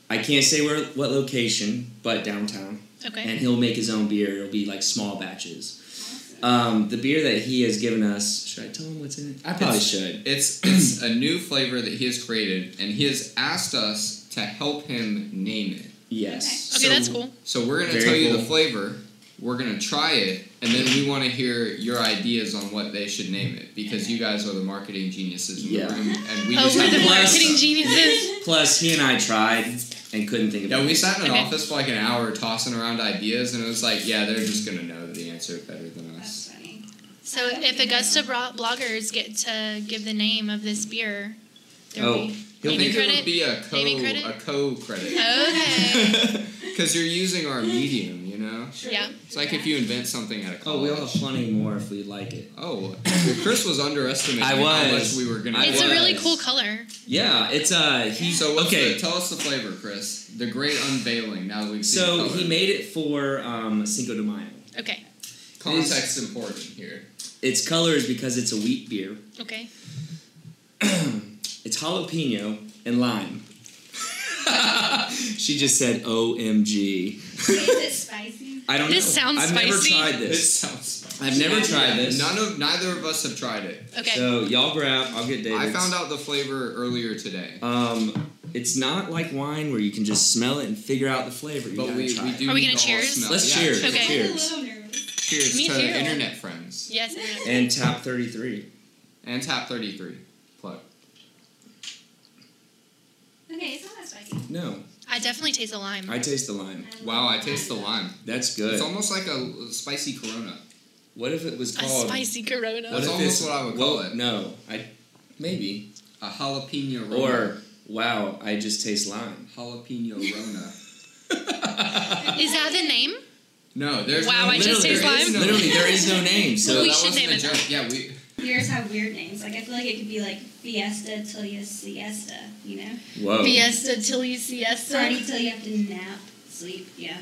Speaker 4: I can't say where what location, but downtown.
Speaker 6: Okay.
Speaker 4: And he'll make his own beer. It'll be like small batches. Um, the beer that he has given us, should I tell him what's in it? I probably
Speaker 2: It's-
Speaker 4: should.
Speaker 2: It's it's a new flavor that he has created and he has asked us to help him name it.
Speaker 4: Yes.
Speaker 6: Okay,
Speaker 2: So-
Speaker 6: that's cool.
Speaker 2: So we're gonna
Speaker 4: Very
Speaker 2: tell you
Speaker 4: cool.
Speaker 2: the flavor. We're gonna try it, and then we want to hear your ideas on what they should name it because you guys are the marketing geniuses in
Speaker 4: Yeah.
Speaker 2: the room, and we
Speaker 6: Oh,
Speaker 2: just
Speaker 6: we're
Speaker 2: have
Speaker 6: the
Speaker 2: to
Speaker 6: [LAUGHS]
Speaker 2: blast
Speaker 6: marketing
Speaker 2: stuff.
Speaker 6: geniuses.
Speaker 4: Plus, he and I tried and couldn't think of
Speaker 2: Yeah,
Speaker 4: it.
Speaker 2: we sat in an
Speaker 6: Okay.
Speaker 2: office for like an hour tossing around ideas, and it was like, yeah, they're just gonna know the answer better than us.
Speaker 5: That's funny.
Speaker 6: So if Augusta bro- bloggers get to give the name of this beer, there'll
Speaker 4: Oh.
Speaker 6: be
Speaker 2: I
Speaker 6: naming
Speaker 2: think it would
Speaker 6: credit.
Speaker 2: be a co
Speaker 6: Naming credit?
Speaker 2: a co credit
Speaker 6: Okay.
Speaker 2: because you're using our medium, you know.
Speaker 6: Yeah.
Speaker 2: It's like if you invent something at a
Speaker 4: oh, we'll have
Speaker 2: college.
Speaker 4: plenty more if we like it.
Speaker 2: Oh, Chris was underestimating
Speaker 4: I
Speaker 2: how much
Speaker 4: was.
Speaker 2: we were
Speaker 4: [LAUGHS]
Speaker 2: gonna.
Speaker 4: I
Speaker 6: It's a
Speaker 2: get.
Speaker 6: really
Speaker 4: was.
Speaker 6: cool color.
Speaker 4: Yeah, it's uh he
Speaker 2: So what's
Speaker 4: okay.
Speaker 2: the, tell us the flavor, Chris. The great unveiling. Now that we've seen
Speaker 4: so
Speaker 2: color.
Speaker 4: he made it for um, Cinco de Mayo.
Speaker 6: Okay.
Speaker 2: context important here.
Speaker 4: Its color is because it's a wheat beer.
Speaker 6: Okay.
Speaker 4: It's jalapeno and lime. [LAUGHS] she just said OMG.
Speaker 5: Is it spicy?
Speaker 4: I don't
Speaker 6: This
Speaker 4: know.
Speaker 6: sounds
Speaker 4: I've
Speaker 6: spicy.
Speaker 4: never tried
Speaker 2: This
Speaker 4: this.
Speaker 2: sounds.
Speaker 4: I've never tried this.
Speaker 2: None of neither of us have tried it.
Speaker 6: Okay.
Speaker 4: So y'all grab. I'll get David.
Speaker 2: I found out the flavor earlier today,
Speaker 4: Um, it's not like wine where you can just smell it and figure out the flavor. You
Speaker 2: but
Speaker 4: gotta
Speaker 2: we,
Speaker 4: try
Speaker 2: we
Speaker 4: it.
Speaker 2: do.
Speaker 6: Are we
Speaker 2: need
Speaker 6: gonna
Speaker 2: to all
Speaker 6: cheers?
Speaker 2: smell-
Speaker 4: Let's
Speaker 2: yeah,
Speaker 4: cheers.
Speaker 6: Okay.
Speaker 5: I'm a
Speaker 4: Cheers.
Speaker 5: little nervous.
Speaker 2: [LAUGHS] Cheers
Speaker 6: Me
Speaker 2: to
Speaker 6: too.
Speaker 2: internet friends
Speaker 6: yes.
Speaker 4: And tap 33.
Speaker 2: and Tap Thirty Three. Plug.
Speaker 5: Okay, it's not that spicy. Um,
Speaker 4: No,
Speaker 6: I definitely taste the lime.
Speaker 4: I taste the lime.
Speaker 2: Wow, I taste the lime.
Speaker 4: That's good.
Speaker 2: It's almost like a spicy Corona.
Speaker 4: What if it was
Speaker 6: A
Speaker 4: called?
Speaker 6: spicy
Speaker 4: What
Speaker 6: Corona.
Speaker 2: That's
Speaker 4: if
Speaker 2: almost
Speaker 4: it's-
Speaker 2: what I would
Speaker 4: well,
Speaker 2: call it.
Speaker 4: No, I maybe
Speaker 2: A jalapeno Rona.
Speaker 4: or wow, I just taste
Speaker 2: [LAUGHS]
Speaker 4: lime.
Speaker 2: jalapeno Rona.
Speaker 6: Is that the name?
Speaker 2: No, there's
Speaker 6: Wow,
Speaker 2: no
Speaker 6: I just
Speaker 2: there
Speaker 6: taste
Speaker 2: is
Speaker 6: lime?
Speaker 2: no-
Speaker 4: Literally, there is no name. So
Speaker 2: No,
Speaker 6: We
Speaker 2: [LAUGHS] that
Speaker 6: should
Speaker 2: wasn't
Speaker 6: name
Speaker 2: a
Speaker 6: it that.
Speaker 2: joke. Yeah, we.
Speaker 5: Beers have weird names. Like I feel like it could be like Fiesta till you siesta, you know?
Speaker 4: whoa,
Speaker 6: Fiesta till you siesta.
Speaker 5: Party till you have to nap, sleep. Yeah,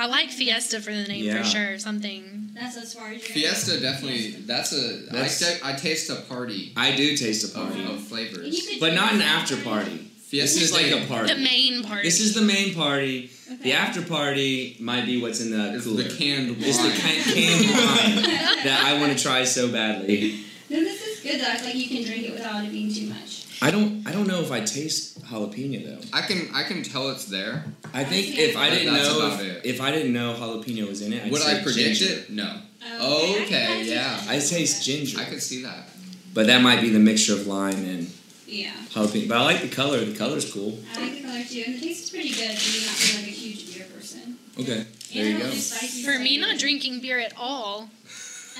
Speaker 6: I like Fiesta for the name
Speaker 4: Yeah.
Speaker 6: for sure. Something.
Speaker 5: that's as far as you're. gonna
Speaker 2: Fiesta
Speaker 5: go.
Speaker 2: definitely.
Speaker 5: Fiesta.
Speaker 2: That's a. I
Speaker 4: That's-
Speaker 2: ta- I taste a party
Speaker 4: I do taste a
Speaker 2: of,
Speaker 4: party,
Speaker 2: of
Speaker 5: And you
Speaker 2: flavors.
Speaker 5: could
Speaker 4: but
Speaker 5: do
Speaker 4: not an
Speaker 5: that.
Speaker 4: after party. This
Speaker 2: Fiesta
Speaker 4: is like
Speaker 2: day
Speaker 4: a party.
Speaker 6: The main part.
Speaker 4: This is the main party.
Speaker 5: Okay.
Speaker 4: The
Speaker 5: [LAUGHS]
Speaker 4: after party might be what's in the
Speaker 2: is
Speaker 4: cooler.
Speaker 2: the canned wine.
Speaker 4: It's the ca- canned
Speaker 2: [LAUGHS]
Speaker 4: wine that I want to try so badly.
Speaker 5: No, this is good though. I feel like you can drink it without it being too much.
Speaker 4: I don't. I don't know if I taste jalapeno though.
Speaker 2: I can I can tell it's there.
Speaker 4: I think if I didn't
Speaker 2: That's
Speaker 4: know
Speaker 2: about
Speaker 4: if,
Speaker 2: it.
Speaker 4: if I didn't know jalapeno was in it, I'd
Speaker 2: Would
Speaker 4: say
Speaker 2: I predict
Speaker 4: ginger.
Speaker 2: it? No.
Speaker 5: Um, I can
Speaker 2: Okay,
Speaker 5: kinda taste
Speaker 2: yeah.
Speaker 5: it.
Speaker 4: I taste ginger.
Speaker 2: I could see that.
Speaker 4: But that might be the mixture of lime and
Speaker 5: Yeah,
Speaker 4: jalapeno. But I like the color. The color's cool.
Speaker 5: I like the color too, and the taste is pretty good. For me, not being like a huge beer person.
Speaker 4: Okay. There
Speaker 5: And
Speaker 4: you
Speaker 5: I don't
Speaker 4: go.
Speaker 5: do spicy
Speaker 6: for me,
Speaker 5: stuff
Speaker 6: not drinking beer at all.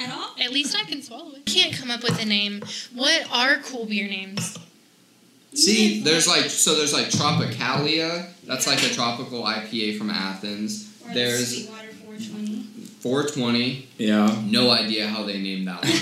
Speaker 5: at all.
Speaker 6: At least I can swallow it. Can't come up with a name. What are cool beer names?
Speaker 4: See,
Speaker 2: There's like so there's like Tropicalia. That's like a tropical IPA from Athens.
Speaker 5: Or
Speaker 2: There's-
Speaker 5: the Sweetwater 420.
Speaker 2: 420.
Speaker 4: Yeah. [LAUGHS]
Speaker 2: No idea how they named that one.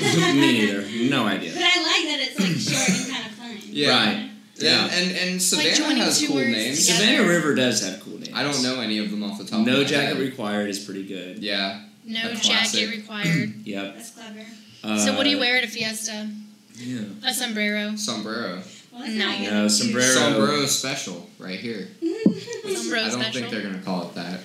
Speaker 4: Me neither. No
Speaker 5: But I
Speaker 4: idea.
Speaker 5: like that it's like short and kind of fun.
Speaker 2: Yeah.
Speaker 4: Right.
Speaker 2: Yeah.
Speaker 4: [LAUGHS] Yeah.
Speaker 2: And and, and Savannah
Speaker 6: joining
Speaker 2: has
Speaker 6: two
Speaker 2: cool
Speaker 6: words
Speaker 2: names.
Speaker 6: together.
Speaker 4: Savannah River does have cool names.
Speaker 2: I don't know any of them off the top. of
Speaker 4: No
Speaker 2: my
Speaker 4: jacket
Speaker 2: head.
Speaker 4: required is pretty good.
Speaker 2: Yeah.
Speaker 6: No
Speaker 2: A
Speaker 6: jacket
Speaker 2: classic.
Speaker 6: required.
Speaker 2: [CLEARS THROAT]
Speaker 4: Yep.
Speaker 5: That's clever.
Speaker 4: Uh,
Speaker 6: so what do you wear at a fiesta?
Speaker 4: Yeah.
Speaker 6: A sombrero.
Speaker 2: Sombrero.
Speaker 5: Well, that's
Speaker 6: No.
Speaker 5: not good.
Speaker 4: No, sombrero.
Speaker 2: Sombrero special right here.
Speaker 5: [LAUGHS]
Speaker 6: Sombrero
Speaker 2: I don't
Speaker 6: special.
Speaker 2: think they're gonna call it that.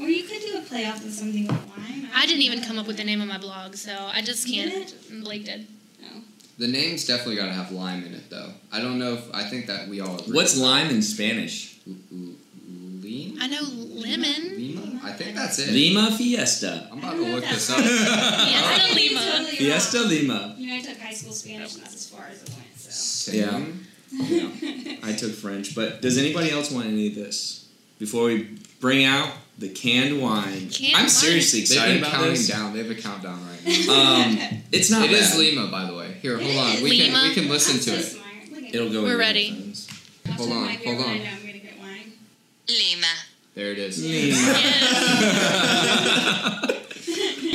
Speaker 5: Or you could do a playoff with something with lime.
Speaker 6: I didn't even come up with the name of my blog, so I just
Speaker 5: You
Speaker 6: can't. Blake did.
Speaker 5: No.
Speaker 2: The name's definitely got to have lime in it, though. I don't know if I think that we all agree.
Speaker 4: What's lime in Spanish?
Speaker 2: L- l- Lima?
Speaker 6: I know lemon.
Speaker 2: Lima? I think that's it.
Speaker 4: Lima Fiesta.
Speaker 2: I'm about to look this
Speaker 6: [LAUGHS]
Speaker 2: up.
Speaker 6: Yes, I know
Speaker 5: Lima.
Speaker 6: Lima.
Speaker 4: Fiesta Lima.
Speaker 5: You know, I took high school Spanish, and that's as far as it went. So.
Speaker 4: Yeah. Yeah. I took French, but does anybody else want any of this before we bring out the canned wine?
Speaker 6: Canned
Speaker 4: I'm
Speaker 6: wine.
Speaker 4: seriously
Speaker 2: They've
Speaker 4: excited
Speaker 2: been
Speaker 4: about
Speaker 2: counting
Speaker 4: this.
Speaker 2: down. They have a countdown right now.
Speaker 4: Um, it's not
Speaker 2: It
Speaker 4: bad.
Speaker 2: is Lima, by the way. Here,
Speaker 5: It
Speaker 2: hold on.
Speaker 5: is.
Speaker 2: We can
Speaker 6: Lima?
Speaker 2: we can listen
Speaker 5: I'm
Speaker 2: to
Speaker 5: so
Speaker 2: it.
Speaker 5: Smart. Look at
Speaker 4: It'll
Speaker 5: me.
Speaker 4: go. in
Speaker 6: We're
Speaker 4: your
Speaker 6: ready.
Speaker 4: headphones.
Speaker 5: I'll
Speaker 2: Hold
Speaker 5: turn
Speaker 2: on,
Speaker 5: my beer
Speaker 2: hold
Speaker 5: when I
Speaker 2: on.
Speaker 5: know I'm gonna get wine.
Speaker 2: There it is.
Speaker 4: [LAUGHS]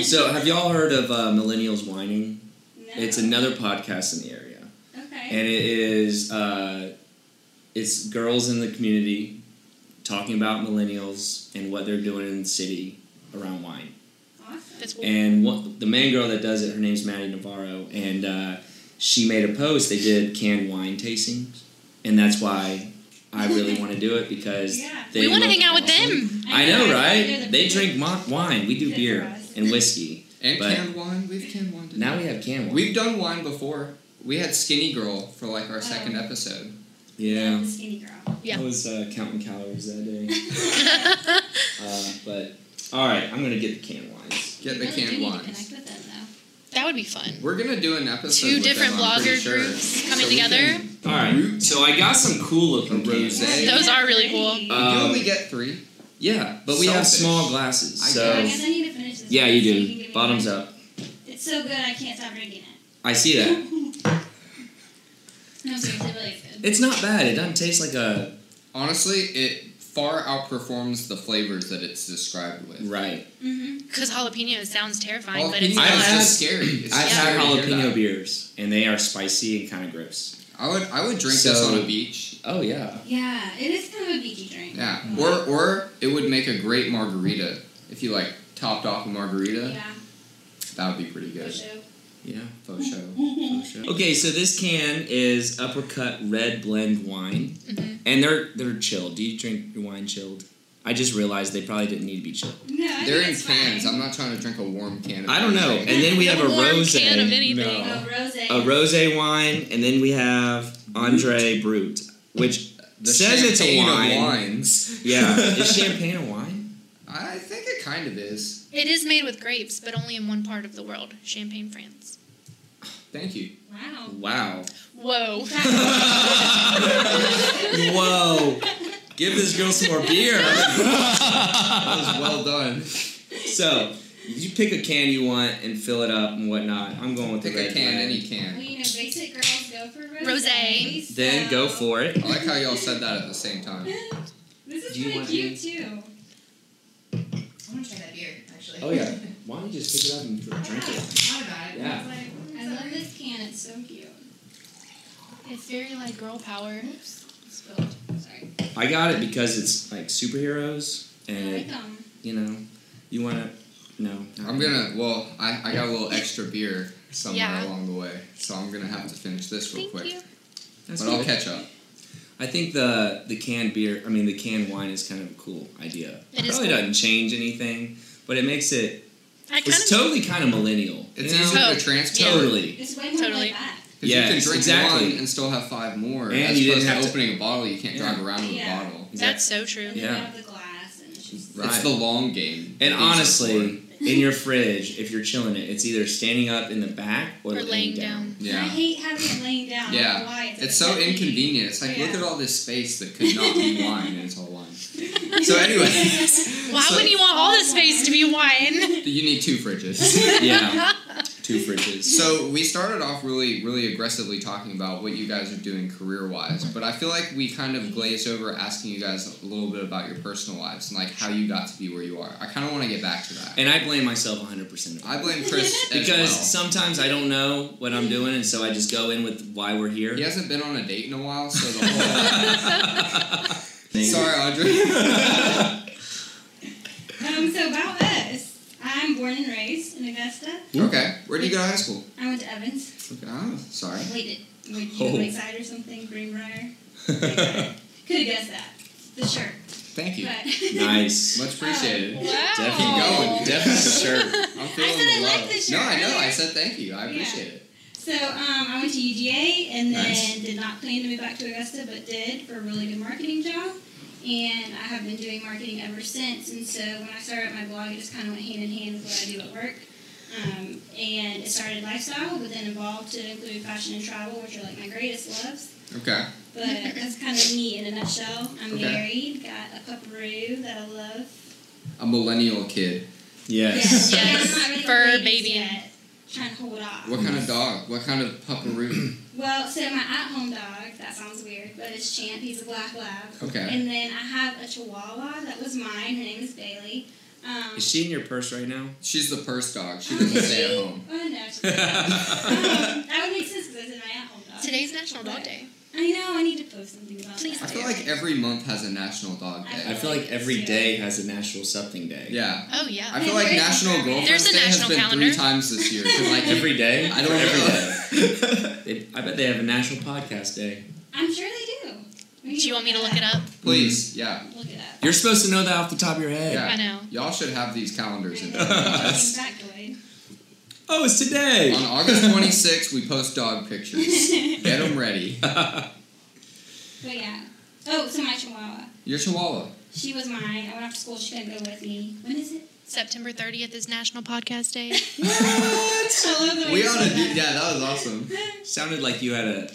Speaker 4: so, have y'all heard of uh, millennials whining?
Speaker 5: No.
Speaker 4: It's another podcast in the area.
Speaker 5: Okay.
Speaker 4: and it is uh, it's girls in the community talking about millennials and what they're doing in the city around wine.
Speaker 5: Awesome.
Speaker 6: That's
Speaker 4: And what the main girl that does it, her name's Maddie Navarro, and uh, she made a post. They did canned wine tastings, and that's why I really want to do it because
Speaker 5: [LAUGHS] Yeah.
Speaker 4: they
Speaker 6: we want to
Speaker 4: look
Speaker 6: hang out with
Speaker 4: awesome.
Speaker 6: them.
Speaker 4: I know,
Speaker 5: They're
Speaker 4: right?
Speaker 5: the
Speaker 4: They
Speaker 5: best.
Speaker 4: drink mo- wine. We do
Speaker 5: Good for
Speaker 4: beer
Speaker 5: us.
Speaker 4: and whiskey.
Speaker 2: [LAUGHS] And
Speaker 4: But-
Speaker 2: canned wine. We've canned wine. today.
Speaker 4: Now we have canned wine.
Speaker 2: We've done wine before. We had Skinny Girl for like our second
Speaker 6: Oh.
Speaker 2: episode.
Speaker 4: yeah.
Speaker 5: The skinny [LAUGHS] girl.
Speaker 6: Yeah.
Speaker 4: I was uh, counting calories that day. uh, but all right, I'm gonna get the canned wines.
Speaker 2: Get the
Speaker 5: Really do
Speaker 2: canned
Speaker 5: need to
Speaker 2: wines.
Speaker 5: connect with them, though.
Speaker 6: [LAUGHS] That would be fun.
Speaker 2: We're gonna do an episode.
Speaker 6: Two
Speaker 2: with
Speaker 6: different
Speaker 2: them, I'm
Speaker 6: blogger
Speaker 2: pretty sure.
Speaker 6: groups coming
Speaker 2: So we
Speaker 6: together.
Speaker 2: can-
Speaker 4: All right. So I got some cool looking
Speaker 2: A
Speaker 4: cans.
Speaker 2: rosé.
Speaker 5: Yeah,
Speaker 6: Those are really cool.
Speaker 5: ready.
Speaker 4: Uh,
Speaker 2: we can
Speaker 4: Um,
Speaker 2: only get three.
Speaker 4: Yeah, but we have
Speaker 2: Selfish.
Speaker 4: small glasses,
Speaker 2: I
Speaker 5: I
Speaker 4: so
Speaker 5: guess I need to finish this.
Speaker 4: yeah,
Speaker 5: one
Speaker 4: you
Speaker 5: so can give
Speaker 4: do.
Speaker 5: me
Speaker 4: Bottoms
Speaker 5: mine.
Speaker 4: up.
Speaker 5: It's so good, I can't stop drinking it.
Speaker 4: I see that.
Speaker 5: No, seriously, really it's good.
Speaker 4: It's not bad. It doesn't taste like a
Speaker 2: Honestly, it far outperforms the flavors that it's described with.
Speaker 4: right.
Speaker 5: Mm-hmm.
Speaker 6: Because jalapeno sounds terrifying,
Speaker 2: Jalapeno
Speaker 6: but it's
Speaker 2: is
Speaker 4: I've
Speaker 6: not.
Speaker 4: had-
Speaker 2: just scary. It's
Speaker 4: I've had
Speaker 2: scary to hear
Speaker 4: jalapeno
Speaker 2: that.
Speaker 4: beers, and they are spicy and kind of gross.
Speaker 2: I would I would drink this
Speaker 4: So-
Speaker 2: on a beach.
Speaker 4: Oh yeah.
Speaker 5: Yeah, it is kind of a geeky drink.
Speaker 2: Yeah. Or
Speaker 5: Mm-hmm.
Speaker 2: or it would make a great margarita. If you like topped off a margarita,
Speaker 5: Yeah.
Speaker 2: that would be pretty
Speaker 5: For
Speaker 2: good.
Speaker 5: sure. [LAUGHS]
Speaker 4: Yeah.
Speaker 2: For sure.
Speaker 4: Okay, so this can is Uppercut Red Blend wine,
Speaker 6: Mhm.
Speaker 4: and they're they're chilled. Do you drink your wine chilled? I just realized they probably didn't need to be chilled.
Speaker 5: No, I
Speaker 2: They're
Speaker 5: think
Speaker 2: in
Speaker 5: it's
Speaker 2: cans.
Speaker 5: Fine.
Speaker 2: I'm not trying to drink a warm can. Of
Speaker 4: I don't know.
Speaker 2: anything.
Speaker 4: And then we have a
Speaker 6: Warm can
Speaker 4: rose.
Speaker 6: of anything.
Speaker 5: Oh, rosé.
Speaker 4: a rosé wine, and then we have Andre Brut, which
Speaker 2: The
Speaker 4: says it's a
Speaker 2: champagne of
Speaker 4: wine.
Speaker 2: wines.
Speaker 4: yeah, [LAUGHS] is champagne a wine?
Speaker 2: I think it kind of is.
Speaker 6: It is made with grapes, but only in one part of the world Champagne, France.
Speaker 2: Thank you.
Speaker 4: [LAUGHS]
Speaker 5: Wow.
Speaker 4: Wow.
Speaker 6: Whoa.
Speaker 4: Whoa. Give this girl some more beer.
Speaker 2: That was well done.
Speaker 4: so you pick a can you want and fill it up and whatnot. I'm going with
Speaker 2: Pick
Speaker 4: the red
Speaker 2: a can,
Speaker 4: wine.
Speaker 2: any
Speaker 5: Well,
Speaker 2: can.
Speaker 5: you know, basic girls go for rosé.
Speaker 6: Rosé.
Speaker 5: so-
Speaker 4: Then go for it.
Speaker 2: I like how y'all said that at the same time.
Speaker 5: This is
Speaker 4: Do you
Speaker 5: kind of
Speaker 4: want
Speaker 5: cute too.
Speaker 8: I want to try that beer, actually.
Speaker 4: Oh yeah. Why don't you just pick it up and dr- drink it?
Speaker 8: Thought about it.
Speaker 4: Yeah.
Speaker 8: It's like,
Speaker 5: I love this can. It's so cute.
Speaker 6: It's very like girl power.
Speaker 5: Spilled. Sorry.
Speaker 4: I got it because it's like superheroes
Speaker 5: I
Speaker 4: and
Speaker 5: like um,
Speaker 4: it,
Speaker 5: them.
Speaker 4: you know, you want to. No.
Speaker 2: I'm gonna. Well, I, I got a little extra beer somewhere
Speaker 6: Yeah.
Speaker 2: along the way, so I'm gonna have to finish this real
Speaker 6: Thank
Speaker 2: quick.
Speaker 6: you.
Speaker 4: That's
Speaker 2: But I'll
Speaker 4: good.
Speaker 2: catch up.
Speaker 4: I think the the canned beer, I mean the canned wine is kind of a cool idea.
Speaker 6: It is
Speaker 4: probably
Speaker 6: cool.
Speaker 4: doesn't change anything, but it makes it
Speaker 6: I kind
Speaker 4: it's
Speaker 6: of.
Speaker 4: totally kind of millennial.
Speaker 2: It's
Speaker 4: you know?
Speaker 2: easier
Speaker 6: Oh,
Speaker 2: to transport.
Speaker 4: Totally.
Speaker 5: It's way more
Speaker 6: Totally.
Speaker 5: like that.
Speaker 2: Because you can
Speaker 4: Yes,
Speaker 2: drink
Speaker 4: exactly.
Speaker 2: one and still have five more.
Speaker 4: And
Speaker 2: as
Speaker 4: you didn't
Speaker 2: opposed
Speaker 4: have
Speaker 2: to
Speaker 4: to-
Speaker 2: opening a bottle, you can't
Speaker 4: Yeah.
Speaker 2: drive around with
Speaker 5: Yeah.
Speaker 2: a bottle.
Speaker 6: That's so true.
Speaker 5: And then
Speaker 4: Yeah.
Speaker 5: out of the glass, and it's just.
Speaker 4: Right.
Speaker 2: It's the long game.
Speaker 4: And
Speaker 2: These are
Speaker 4: honestly,
Speaker 2: fun.
Speaker 4: in your fridge, if you're chilling it, it's either standing up in the back or,
Speaker 6: Or laying down.
Speaker 5: I
Speaker 2: yeah,
Speaker 5: hate having it laying down. I don't
Speaker 2: Yeah.
Speaker 5: know why
Speaker 2: it's so
Speaker 5: upsetting.
Speaker 2: inconvenient. It's like look
Speaker 5: Yeah.
Speaker 2: at all this space that could not be wine, and it's
Speaker 5: [LAUGHS]
Speaker 2: all wine. So, anyways,
Speaker 6: Why
Speaker 2: So-
Speaker 6: wouldn't you want all this space to be wine?
Speaker 2: you need two
Speaker 4: [LAUGHS]
Speaker 5: [LAUGHS]
Speaker 2: fridges.
Speaker 4: Yeah.
Speaker 6: [LAUGHS]
Speaker 4: Two fridges.
Speaker 2: So we started off really, really aggressively talking about what you guys are doing career wise, but I feel like we kind of glazed over asking you guys a little bit about your personal lives and like how you got to be where you are. I kind of want to get back to that.
Speaker 4: And I blame myself 100% of
Speaker 2: I blame
Speaker 4: [LAUGHS]
Speaker 2: Chris as
Speaker 4: because
Speaker 2: well.
Speaker 4: sometimes I don't know what I'm doing, and so I just go in with why we're here.
Speaker 2: he hasn't been on a date in a while, so
Speaker 4: [LAUGHS]
Speaker 2: the whole.
Speaker 4: Thing.
Speaker 2: Sorry, Audrey.
Speaker 5: Um, so about us, I'm born and raised in Augusta.
Speaker 2: okay, where did you go to high school?
Speaker 5: I went to Evans.
Speaker 2: Okay, oh, sorry.
Speaker 5: Waited. Wait,
Speaker 4: Oh.
Speaker 5: you side or something, Greenbrier. Could have guessed that. The shirt,
Speaker 2: Thank you.
Speaker 5: but
Speaker 4: [LAUGHS]
Speaker 5: [LAUGHS]
Speaker 4: Nice.
Speaker 2: [LAUGHS] Much appreciated.
Speaker 6: Wow.
Speaker 4: Definitely
Speaker 2: going.
Speaker 4: Definitely sure.
Speaker 2: I'm feeling
Speaker 5: said Oh. I
Speaker 2: the
Speaker 5: like
Speaker 2: love.
Speaker 5: this
Speaker 2: No,
Speaker 5: shirt.
Speaker 2: I know. I said thank you. I appreciate it.
Speaker 5: So So um, I went to UGA and then
Speaker 2: Nice.
Speaker 5: did not plan to move back to Augusta, but did for a really good marketing job. And I have been doing marketing ever since. And so when I started my blog, it just kind of went hand in hand with what I do at work. Um, and it started lifestyle, but then evolved to include fashion and travel, which are like my greatest loves.
Speaker 2: Okay.
Speaker 5: But that's kind of me in a nutshell. I'm
Speaker 2: Okay.
Speaker 5: married, got a pupperoo that I love.
Speaker 2: A millennial kid.
Speaker 4: Yes.
Speaker 5: Yeah,
Speaker 6: Yes.
Speaker 5: I'm not really
Speaker 6: Fur
Speaker 5: babies
Speaker 6: baby.
Speaker 5: Yet. Trying to hold off.
Speaker 2: What kind of dog? What kind of pupperoo?
Speaker 5: Well, so my at-home dog, that sounds weird, but it's Champ. He's a black lab.
Speaker 2: Okay.
Speaker 5: And then I have a chihuahua that was mine. Her name is Bailey. Um,
Speaker 4: Is she in your purse right
Speaker 2: [LAUGHS]
Speaker 4: now?
Speaker 2: She's the purse dog. She
Speaker 5: oh,
Speaker 2: doesn't
Speaker 5: is
Speaker 2: stay
Speaker 5: she?
Speaker 2: at home.
Speaker 5: Oh, no. she's not. um, that would make sense because it's my at-home dog.
Speaker 6: Today's National Dog Day.
Speaker 5: I know. I need to post something about
Speaker 6: Please
Speaker 2: I
Speaker 5: that.
Speaker 2: feel like every month has a national dog
Speaker 5: I
Speaker 4: I
Speaker 2: day.
Speaker 4: feel like every day has a national something day.
Speaker 2: Yeah.
Speaker 6: Oh yeah.
Speaker 2: I feel like National Girlfriend
Speaker 6: There's a
Speaker 2: Day has
Speaker 6: national
Speaker 2: been
Speaker 6: calendar.
Speaker 2: three times this year. 'cause, Like
Speaker 4: [LAUGHS]
Speaker 2: every,
Speaker 4: Every day?
Speaker 2: I don't know.
Speaker 4: every day.
Speaker 2: [LAUGHS]
Speaker 4: They, I bet they have a national podcast day.
Speaker 5: I'm sure they do. We need
Speaker 6: Do you want me to look it up?
Speaker 2: Please, yeah.
Speaker 5: Look it up.
Speaker 4: You're supposed to know that off the top of your head.
Speaker 2: Yeah.
Speaker 6: I know.
Speaker 2: Y'all should have these calendars. In
Speaker 5: Came back, Lloyd.
Speaker 4: Oh, it's today.
Speaker 2: On August 26th, we post dog pictures. Get them ready.
Speaker 6: [LAUGHS]
Speaker 5: But yeah. Oh, so my chihuahua.
Speaker 2: Your chihuahua.
Speaker 5: She was mine. I went off to school. She couldn't go with me. When is it?
Speaker 6: September 30th is National Podcast Day.
Speaker 5: I love the way
Speaker 2: We
Speaker 5: you
Speaker 2: ought
Speaker 5: said
Speaker 2: to do.
Speaker 5: [LAUGHS]
Speaker 2: Yeah, that was awesome.
Speaker 4: [LAUGHS] Sounded like you had a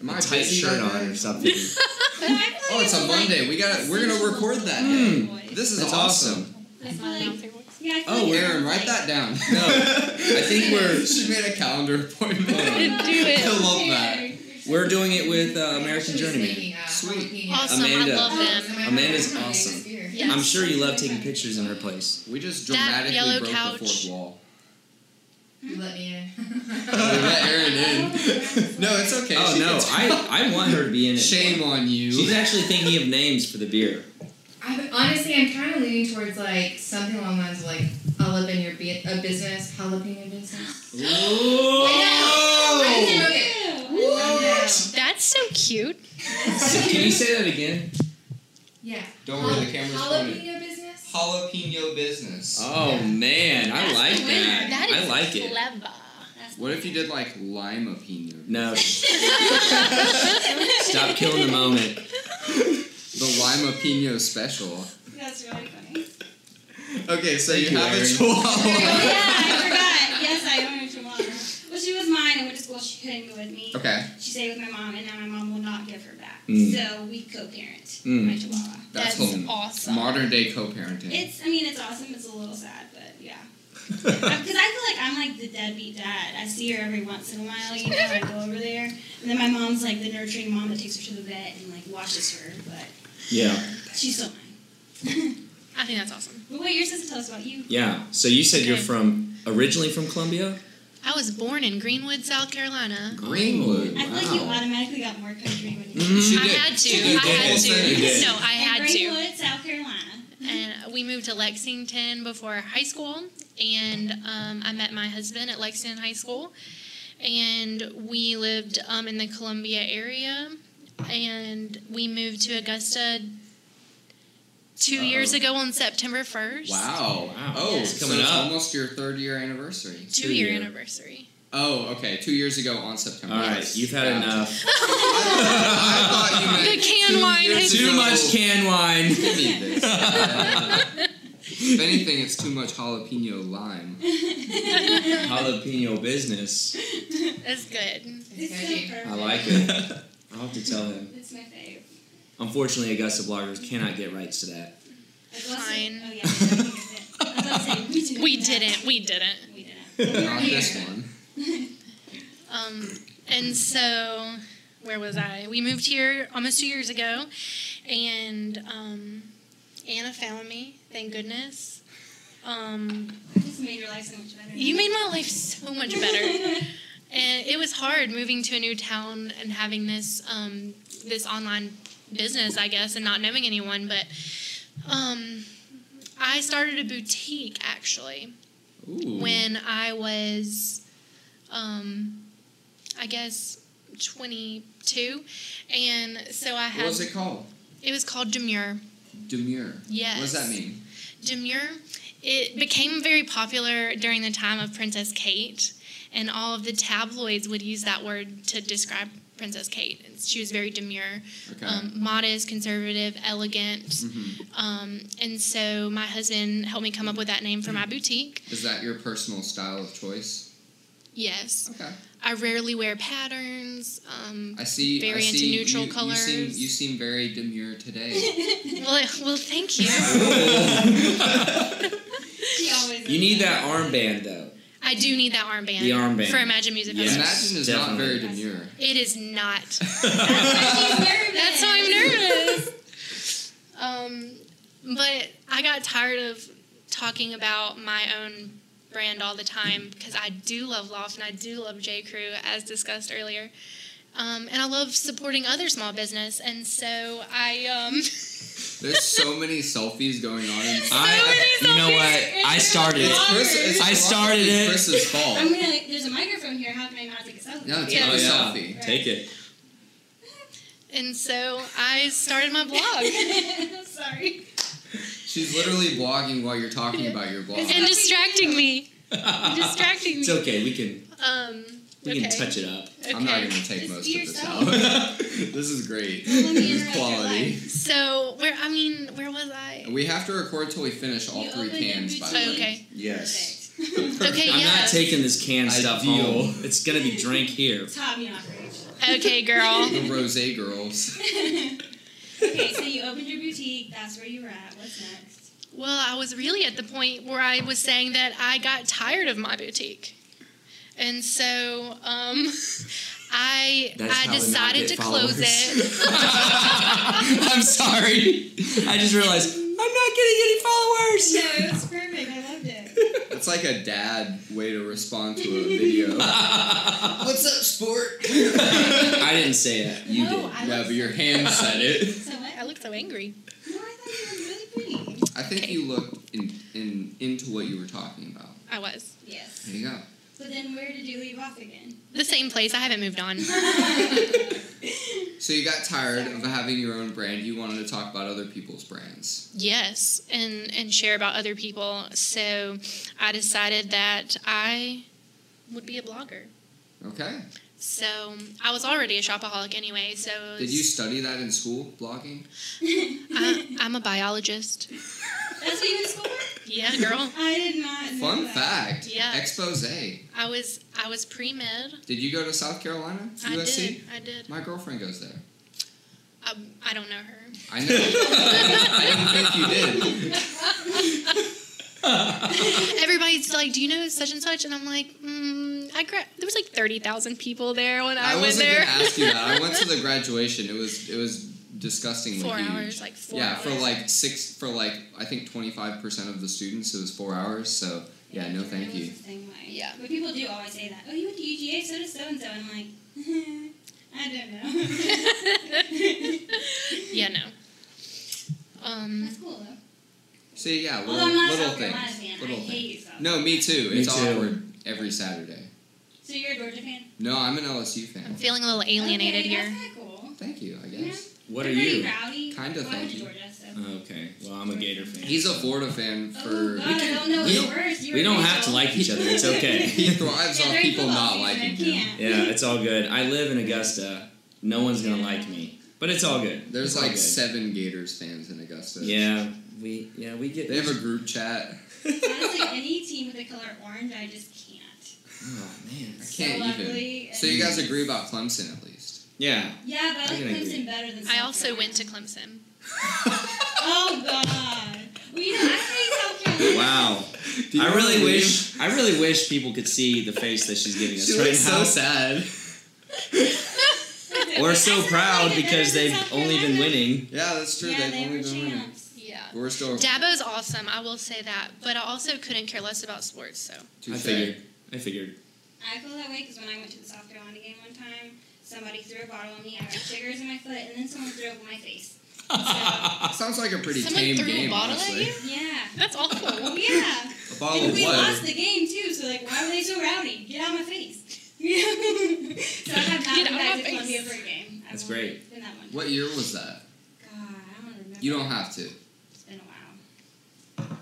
Speaker 2: Am I
Speaker 4: tight
Speaker 2: busy
Speaker 4: shirt
Speaker 2: that
Speaker 4: on
Speaker 2: day?
Speaker 4: or
Speaker 2: [LAUGHS]
Speaker 4: something.
Speaker 5: But I feel
Speaker 2: Oh,
Speaker 5: like
Speaker 2: it's a
Speaker 5: like-
Speaker 2: Monday. We got. We're gonna record that. Day.
Speaker 5: Mm.
Speaker 2: This is
Speaker 4: Hmm. That's
Speaker 2: awesome.
Speaker 5: I feel like- yeah, I feel
Speaker 4: Oh,
Speaker 5: like
Speaker 2: Aaron, write that down. [LAUGHS] No, I think we're. She made a calendar appointment.
Speaker 5: [LAUGHS]
Speaker 6: Didn't do
Speaker 2: I
Speaker 6: it.
Speaker 2: love that.
Speaker 4: We're doing it with uh, American
Speaker 8: She was
Speaker 4: Journeyman.
Speaker 8: singing, uh,
Speaker 2: Sweet.
Speaker 8: Howard King.
Speaker 6: Awesome.
Speaker 4: Amanda.
Speaker 6: I love them.
Speaker 4: Amanda's
Speaker 8: Howard King
Speaker 4: awesome.
Speaker 8: is here.
Speaker 6: Yes.
Speaker 4: I'm sure you love taking pictures in her place.
Speaker 2: We just
Speaker 6: That
Speaker 2: dramatically
Speaker 6: yellow
Speaker 2: broke
Speaker 6: couch.
Speaker 2: the fourth wall.
Speaker 8: You let me in. [LAUGHS]
Speaker 2: We let Aaron in.
Speaker 4: [LAUGHS]
Speaker 2: No, it's okay.
Speaker 4: Oh
Speaker 2: She
Speaker 4: no,
Speaker 2: gets-
Speaker 4: I, I want her to be in it.
Speaker 2: [LAUGHS] Shame on
Speaker 4: She's
Speaker 2: you.
Speaker 4: actually thinking of names for the beer.
Speaker 8: I'm, honestly, I'm kind of leaning towards like something along the lines of like I'll up in your be- a business, jalapeno business. I know. Okay.
Speaker 2: Oh. What?
Speaker 6: That's so cute.
Speaker 4: Can you say that again?
Speaker 8: Yeah.
Speaker 2: Don't worry, the camera's pointed.
Speaker 8: Jalapeno business.
Speaker 2: Jalapeno business.
Speaker 4: Oh
Speaker 8: Yeah.
Speaker 4: man, I
Speaker 6: That's
Speaker 4: like
Speaker 6: the winner.
Speaker 4: that.
Speaker 6: That
Speaker 4: I
Speaker 6: is
Speaker 4: like it.
Speaker 6: clever.
Speaker 2: What if you did like lima pino?
Speaker 4: No. Stop killing the moment.
Speaker 2: The lima pino special.
Speaker 5: That's really
Speaker 2: [LAUGHS]
Speaker 5: funny.
Speaker 2: Okay, so
Speaker 4: Thank
Speaker 2: you
Speaker 4: you,
Speaker 2: have a
Speaker 4: Aaron.
Speaker 5: [LAUGHS] Oh,
Speaker 2: chihuahua.
Speaker 5: yeah, I forgot. Yes, I own a chihuahua. Well, she was mine. I went to school. She couldn't go with me.
Speaker 2: Okay,
Speaker 5: She stayed with my mom, and now my mom will not give her back.
Speaker 4: Mm.
Speaker 5: So we co-parent
Speaker 4: Mm.
Speaker 5: my chihuahua.
Speaker 2: that's,
Speaker 6: That's
Speaker 2: home.
Speaker 6: awesome.
Speaker 2: Modern day co-parenting.
Speaker 5: It's, I mean, it's awesome. It's a little sad, but yeah. Because I feel like I'm like the deadbeat dad. I see her every once in a while, you know, I go over there. And then my mom's like the nurturing mom that takes her to the vet and like washes her, but
Speaker 4: Yeah.
Speaker 5: she's still mine.
Speaker 6: I think that's awesome.
Speaker 5: [LAUGHS] but wait, you're supposed to tell us about you.
Speaker 4: Yeah. So you said you're
Speaker 6: Okay.
Speaker 4: from originally from Columbia?
Speaker 6: I was born in Greenwood, South Carolina.
Speaker 2: Greenwood.
Speaker 5: I feel like you
Speaker 4: Wow. Mm-hmm.
Speaker 5: automatically got more country when you
Speaker 2: She
Speaker 6: I
Speaker 2: did.
Speaker 6: had to.
Speaker 2: She did.
Speaker 6: I had
Speaker 2: Almost said you did.
Speaker 6: to. No, I
Speaker 5: In
Speaker 6: had to.
Speaker 5: Greenwood, South
Speaker 6: [LAUGHS]
Speaker 5: Carolina. [LAUGHS]
Speaker 6: And we moved to Lexington before high school, and um, I met my husband at Lexington High School, and we lived um, in the Columbia area, and we moved to Augusta two
Speaker 2: Uh-oh.
Speaker 6: years ago on September first.
Speaker 2: Wow.
Speaker 4: Wow.
Speaker 2: Oh,
Speaker 6: Yeah.
Speaker 2: it's
Speaker 4: Coming
Speaker 2: so it's
Speaker 4: up.
Speaker 2: almost your third year anniversary.
Speaker 6: Two
Speaker 4: Two
Speaker 6: year
Speaker 4: year.
Speaker 6: anniversary.
Speaker 2: Oh, okay. Two years ago on September.
Speaker 4: All right,
Speaker 2: Yes.
Speaker 4: you've had
Speaker 2: Yeah.
Speaker 4: enough.
Speaker 2: [LAUGHS] I thought you
Speaker 6: The
Speaker 2: meant
Speaker 6: canned
Speaker 2: two
Speaker 6: wine
Speaker 2: years
Speaker 6: is-
Speaker 2: ago.
Speaker 4: Too much canned wine.
Speaker 2: Give me this. if anything, it's too much
Speaker 6: [LAUGHS]
Speaker 2: jalapeno lime.
Speaker 4: [LAUGHS] Jalapeno business.
Speaker 6: That's good.
Speaker 5: It's so
Speaker 8: It's
Speaker 5: perfect.
Speaker 4: I like it. I'll have to tell him.
Speaker 5: It's my fave.
Speaker 4: Unfortunately, Augusta bloggers cannot get rights to that.
Speaker 5: I'd love to-
Speaker 6: Fine.
Speaker 5: Oh, yeah. I was about to say,
Speaker 6: We
Speaker 5: do that.
Speaker 6: didn't. We didn't.
Speaker 5: We didn't.
Speaker 2: Not this one.
Speaker 6: Um, and so, where was I? We moved here almost two years ago, and um, Anna found me. Thank goodness. Um,
Speaker 5: I just made your life so much better.
Speaker 6: you made my life so much
Speaker 5: [LAUGHS]
Speaker 6: better, and it was hard moving to a new town and having this um, this online business, I guess, and not knowing anyone. But um, I started a boutique actually
Speaker 2: Ooh.
Speaker 6: when I was, um, I guess, 22. And so I
Speaker 2: what
Speaker 6: had,
Speaker 2: was it called?
Speaker 6: it was called Demure.
Speaker 2: Demure.
Speaker 6: Yes.
Speaker 2: What does that mean?
Speaker 6: Demure. It became very popular during the time of Princess Kate. and all of the tabloids would use that word to describe Princess Kate. She was very demure,
Speaker 2: Okay. Mm-hmm.
Speaker 6: um, modest, conservative, elegant. Um, and so my husband helped me come up with that name for my boutique.
Speaker 2: Is that your personal style of choice?
Speaker 6: Yes.
Speaker 2: Okay.
Speaker 6: I rarely wear patterns. Um,
Speaker 2: I see. I
Speaker 6: Very into
Speaker 2: see,
Speaker 6: neutral
Speaker 2: you, You seem,
Speaker 6: colors.
Speaker 2: you seem very demure
Speaker 6: [LAUGHS]
Speaker 2: today.
Speaker 6: well, well, thank you.
Speaker 5: She always
Speaker 4: You need that armband though.
Speaker 6: I do need that armband.
Speaker 4: The armband.
Speaker 6: For Imagine Music
Speaker 4: Yes.
Speaker 6: Festival.
Speaker 2: Imagine is not
Speaker 4: definitely.
Speaker 2: very demure.
Speaker 6: It is not.
Speaker 5: She's nervous.
Speaker 6: That's why I'm nervous. um, but I got tired of talking about my own brand all the time because I do love Loft and I do love J. Crew, as discussed earlier. Um, and I love supporting other small business, and so I um, [LAUGHS]
Speaker 2: There's so many selfies going on. In-
Speaker 6: I-
Speaker 5: you know what? I started it.
Speaker 2: Chris, it's
Speaker 5: I
Speaker 4: started
Speaker 2: probably
Speaker 4: it.
Speaker 2: Chris's fault.
Speaker 5: I'm gonna. There's a microphone here. How can I not take a selfie?
Speaker 2: No, take
Speaker 6: Yeah.
Speaker 2: a
Speaker 6: Oh,
Speaker 4: yeah.
Speaker 2: selfie.
Speaker 4: Take it.
Speaker 6: and so I started
Speaker 4: [LAUGHS]
Speaker 6: my blog
Speaker 5: [LAUGHS] Sorry.
Speaker 2: She's literally blogging while you're talking about your blog.
Speaker 6: and distracting me, distracting
Speaker 4: It's
Speaker 6: me.
Speaker 4: okay. We can
Speaker 6: Um,
Speaker 4: we
Speaker 6: okay.
Speaker 4: can touch it up.
Speaker 6: Okay.
Speaker 2: I'm not gonna take
Speaker 5: Just
Speaker 2: most
Speaker 5: be
Speaker 2: of this
Speaker 5: yourself.
Speaker 2: out. [LAUGHS] this is great.
Speaker 5: Let me
Speaker 2: This is
Speaker 5: interrupt your
Speaker 2: quality.
Speaker 6: So where I mean, where was I?
Speaker 2: We have to record till we finish all
Speaker 5: You
Speaker 2: three
Speaker 5: opened your
Speaker 2: cans. By the way,
Speaker 5: boutique.
Speaker 6: Okay.
Speaker 4: Yes.
Speaker 5: Perfect. [LAUGHS]
Speaker 6: Okay.
Speaker 4: I'm
Speaker 6: yeah.
Speaker 4: not taking this canned stuff
Speaker 2: Ideal.
Speaker 4: home. It's gonna be drank here.
Speaker 5: Tommy
Speaker 4: [LAUGHS]
Speaker 5: Ockridge.
Speaker 6: okay, girl.
Speaker 2: the rosé girls.
Speaker 5: [LAUGHS] okay, so you opened your boutique. That's where you were at. What's [LAUGHS] next?
Speaker 6: Well, I was really at the point where I was saying that I got tired of my boutique. And so um, [LAUGHS] I
Speaker 4: That's how we
Speaker 6: I
Speaker 4: not
Speaker 6: decided
Speaker 4: get
Speaker 6: to close
Speaker 4: followers.
Speaker 6: it.
Speaker 4: I'm sorry. I just realized [LAUGHS] I'm not getting any followers.
Speaker 5: No, it was perfect. I loved it.
Speaker 2: That's like a dad way to respond to a video. What's up, sport?
Speaker 4: I didn't say that. You
Speaker 2: [LAUGHS]
Speaker 5: no,
Speaker 4: did.
Speaker 5: Oh, I
Speaker 2: Yeah,
Speaker 5: loved
Speaker 2: but your hand said
Speaker 5: [LAUGHS]
Speaker 2: it.
Speaker 5: So what?
Speaker 6: I look so angry.
Speaker 5: No, I thought you were really pretty.
Speaker 2: I think you looked in, in into what you were talking about.
Speaker 6: I was.
Speaker 5: Yes.
Speaker 2: There you go.
Speaker 5: But then where did you leave off again? [LAUGHS]
Speaker 6: The same place. I haven't
Speaker 4: [LAUGHS]
Speaker 6: moved on.
Speaker 2: So you got tired of having your own brand. You wanted to talk about other people's brands.
Speaker 6: Yes, and and share about other people. So I decided that I would be a blogger.
Speaker 2: Okay.
Speaker 6: So I was already a shopaholic anyway. So it
Speaker 2: Did you
Speaker 6: was-
Speaker 2: study that in school, blogging?
Speaker 6: [LAUGHS] I, I'm a biologist.
Speaker 5: That's what you went to school for?
Speaker 6: Yeah, girl.
Speaker 5: I did not know
Speaker 2: Fun
Speaker 5: that.
Speaker 2: fact.
Speaker 6: Yeah.
Speaker 2: Expose.
Speaker 6: I was I was pre med.
Speaker 2: Did you go to South Carolina?
Speaker 6: I
Speaker 2: USC?
Speaker 6: did. I did.
Speaker 2: My girlfriend goes there.
Speaker 6: Um, I don't know her.
Speaker 2: I know. [LAUGHS] I didn't think you did.
Speaker 6: Everybody's like, "Do you know such and such?" And I'm like, mm, "I gra- there was like thirty thousand people there when I,
Speaker 2: I,
Speaker 6: went
Speaker 2: wasn't
Speaker 6: there."
Speaker 2: gonna ask you
Speaker 6: [LAUGHS]
Speaker 2: that. I went to the graduation. It was it was disgustingly
Speaker 6: four
Speaker 2: huge.
Speaker 6: hours, like four.
Speaker 2: yeah,
Speaker 6: hours.
Speaker 2: for like six for like I think twenty five percent of the students it was four hours. So yeah, no
Speaker 5: It
Speaker 2: thank
Speaker 5: was
Speaker 2: you.
Speaker 5: the same way.
Speaker 6: Yeah.
Speaker 5: But people do always say that. Oh, you went to UGA, so does so and so. And I'm like, [LAUGHS] I don't
Speaker 6: [LAUGHS]
Speaker 5: know.
Speaker 6: yeah, no. Um,
Speaker 5: That's cool though.
Speaker 2: See, yeah, little
Speaker 5: Although I'm not a
Speaker 2: little
Speaker 5: South Carolina
Speaker 2: things.
Speaker 5: fan,
Speaker 2: Little
Speaker 5: I
Speaker 2: things.
Speaker 5: hate South.
Speaker 2: No, me too.
Speaker 4: Me
Speaker 2: it's
Speaker 4: too.
Speaker 2: awkward every Saturday.
Speaker 5: So you're a Georgia fan?
Speaker 2: No, I'm an LSU
Speaker 6: I'm
Speaker 2: fan.
Speaker 6: feeling a little alienated
Speaker 5: okay,
Speaker 6: here.
Speaker 5: That's kind of cool.
Speaker 2: Thank you. I guess
Speaker 4: What
Speaker 5: They're
Speaker 4: are
Speaker 5: pretty
Speaker 4: you? Oh,
Speaker 5: Rowdy.
Speaker 2: Kinda,
Speaker 5: well, I went
Speaker 2: thank
Speaker 5: to
Speaker 2: you.
Speaker 5: Georgia, so.
Speaker 4: Okay. Well, I'm a Gator fan.
Speaker 2: he's a Florida fan
Speaker 5: oh
Speaker 2: for.
Speaker 5: God, I don't know
Speaker 4: we
Speaker 5: what
Speaker 4: don't-
Speaker 5: words you
Speaker 4: we
Speaker 5: were
Speaker 4: don't
Speaker 5: gonna
Speaker 4: have to
Speaker 5: go.
Speaker 4: like each other. It's okay.
Speaker 2: He thrives
Speaker 5: Yeah,
Speaker 2: on
Speaker 5: during
Speaker 2: people
Speaker 5: football
Speaker 2: not
Speaker 5: season,
Speaker 2: liking
Speaker 5: I
Speaker 2: him.
Speaker 5: can't.
Speaker 4: Yeah, it's all good. I live in Augusta. No one's gonna like me, but it's all good.
Speaker 2: There's
Speaker 4: It's all
Speaker 2: like
Speaker 4: good.
Speaker 2: seven Gators fans in Augusta.
Speaker 4: Yeah, we yeah we get.
Speaker 2: They have a group chat.
Speaker 5: Honestly, any team with the color orange, I just can't.
Speaker 4: oh [LAUGHS] man.
Speaker 2: I can't
Speaker 5: so
Speaker 2: even.
Speaker 5: Lovely and
Speaker 2: So you guys agree about Clemson at least?
Speaker 4: Yeah.
Speaker 5: Yeah, but I
Speaker 4: I
Speaker 5: like
Speaker 4: can agree.
Speaker 5: Clemson better than. South
Speaker 6: I also
Speaker 5: Carolina.
Speaker 6: went to Clemson.
Speaker 5: Oh God. Well, you know, I hate South Carolina.
Speaker 4: Wow. I really wish I really wish people could see the face that she's giving us
Speaker 2: She
Speaker 4: right
Speaker 2: looks
Speaker 4: now.
Speaker 2: so sad.
Speaker 4: Or so
Speaker 5: [LAUGHS] I sound
Speaker 4: proud
Speaker 5: like it
Speaker 4: because
Speaker 5: better than
Speaker 4: they've
Speaker 5: South
Speaker 4: only been
Speaker 5: Carolina.
Speaker 4: winning.
Speaker 2: Yeah, that's true.
Speaker 5: Yeah,
Speaker 2: They've
Speaker 5: they
Speaker 2: only
Speaker 5: were
Speaker 2: been winning.
Speaker 5: champs.
Speaker 6: Yeah.
Speaker 2: But We're still
Speaker 6: Dabo's awesome. I will say that, but I also couldn't care less about sports. So
Speaker 4: I
Speaker 2: touche.
Speaker 4: figured. I figured.
Speaker 5: I feel that way because when I went to the South Carolina game one time, somebody threw a bottle on me. I got sugars in my foot, and then someone threw up in my face. So, yeah. [LAUGHS]
Speaker 2: Sounds like a pretty
Speaker 6: Someone
Speaker 2: tame
Speaker 6: threw a
Speaker 2: game,
Speaker 6: bottle at
Speaker 2: honestly.
Speaker 6: you? that's awful.
Speaker 5: Well, yeah.
Speaker 2: A
Speaker 4: Oh,
Speaker 2: bottle
Speaker 5: and
Speaker 2: of
Speaker 5: we lost
Speaker 2: what?
Speaker 5: the game too. So like, why were they so rowdy? Get out of my face. [LAUGHS] Yeah. so I have not
Speaker 6: Get
Speaker 5: been
Speaker 6: out
Speaker 5: back
Speaker 6: of
Speaker 5: to
Speaker 6: my
Speaker 5: Columbia
Speaker 6: face.
Speaker 5: for a game. I've
Speaker 4: That's
Speaker 5: only
Speaker 4: great.
Speaker 5: Been that one.
Speaker 2: What year was that?
Speaker 5: God, I don't remember.
Speaker 2: You don't have to.
Speaker 5: It's been a while. I don't know.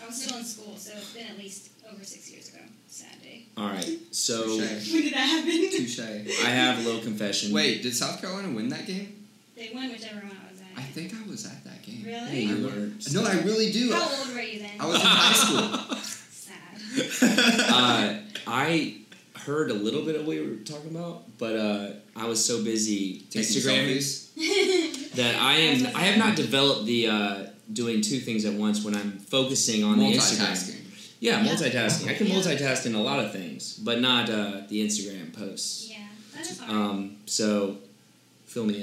Speaker 5: I was still in school, so it's been at least over six years ago. sad day.
Speaker 4: All right, so
Speaker 2: Touche.
Speaker 5: When did that happen?
Speaker 2: Touche.
Speaker 4: I have a little confession.
Speaker 2: Wait, did South Carolina win that game?
Speaker 5: They won whichever one I was
Speaker 2: I
Speaker 5: at.
Speaker 2: think I was at that game.
Speaker 4: Hey,
Speaker 5: Really?
Speaker 4: you learned.
Speaker 2: No, I really do.
Speaker 5: How old were you then?
Speaker 2: I was in high
Speaker 5: [LAUGHS] Sad.
Speaker 4: [LAUGHS]
Speaker 2: school.
Speaker 4: uh, I heard a little bit of what we were talking about, but uh, I was so busy
Speaker 2: Taking
Speaker 4: Instagramming
Speaker 2: selfies.
Speaker 4: that I am I have not developed the uh, doing two things at once when I'm focusing on the Instagram.
Speaker 2: Multitasking.
Speaker 4: Yeah,
Speaker 6: Yeah.
Speaker 4: multitasking. I can
Speaker 6: Yeah.
Speaker 4: multitask in a lot of things, but not uh, the Instagram posts.
Speaker 5: Yeah, that is hard.
Speaker 4: Um, so fill me in.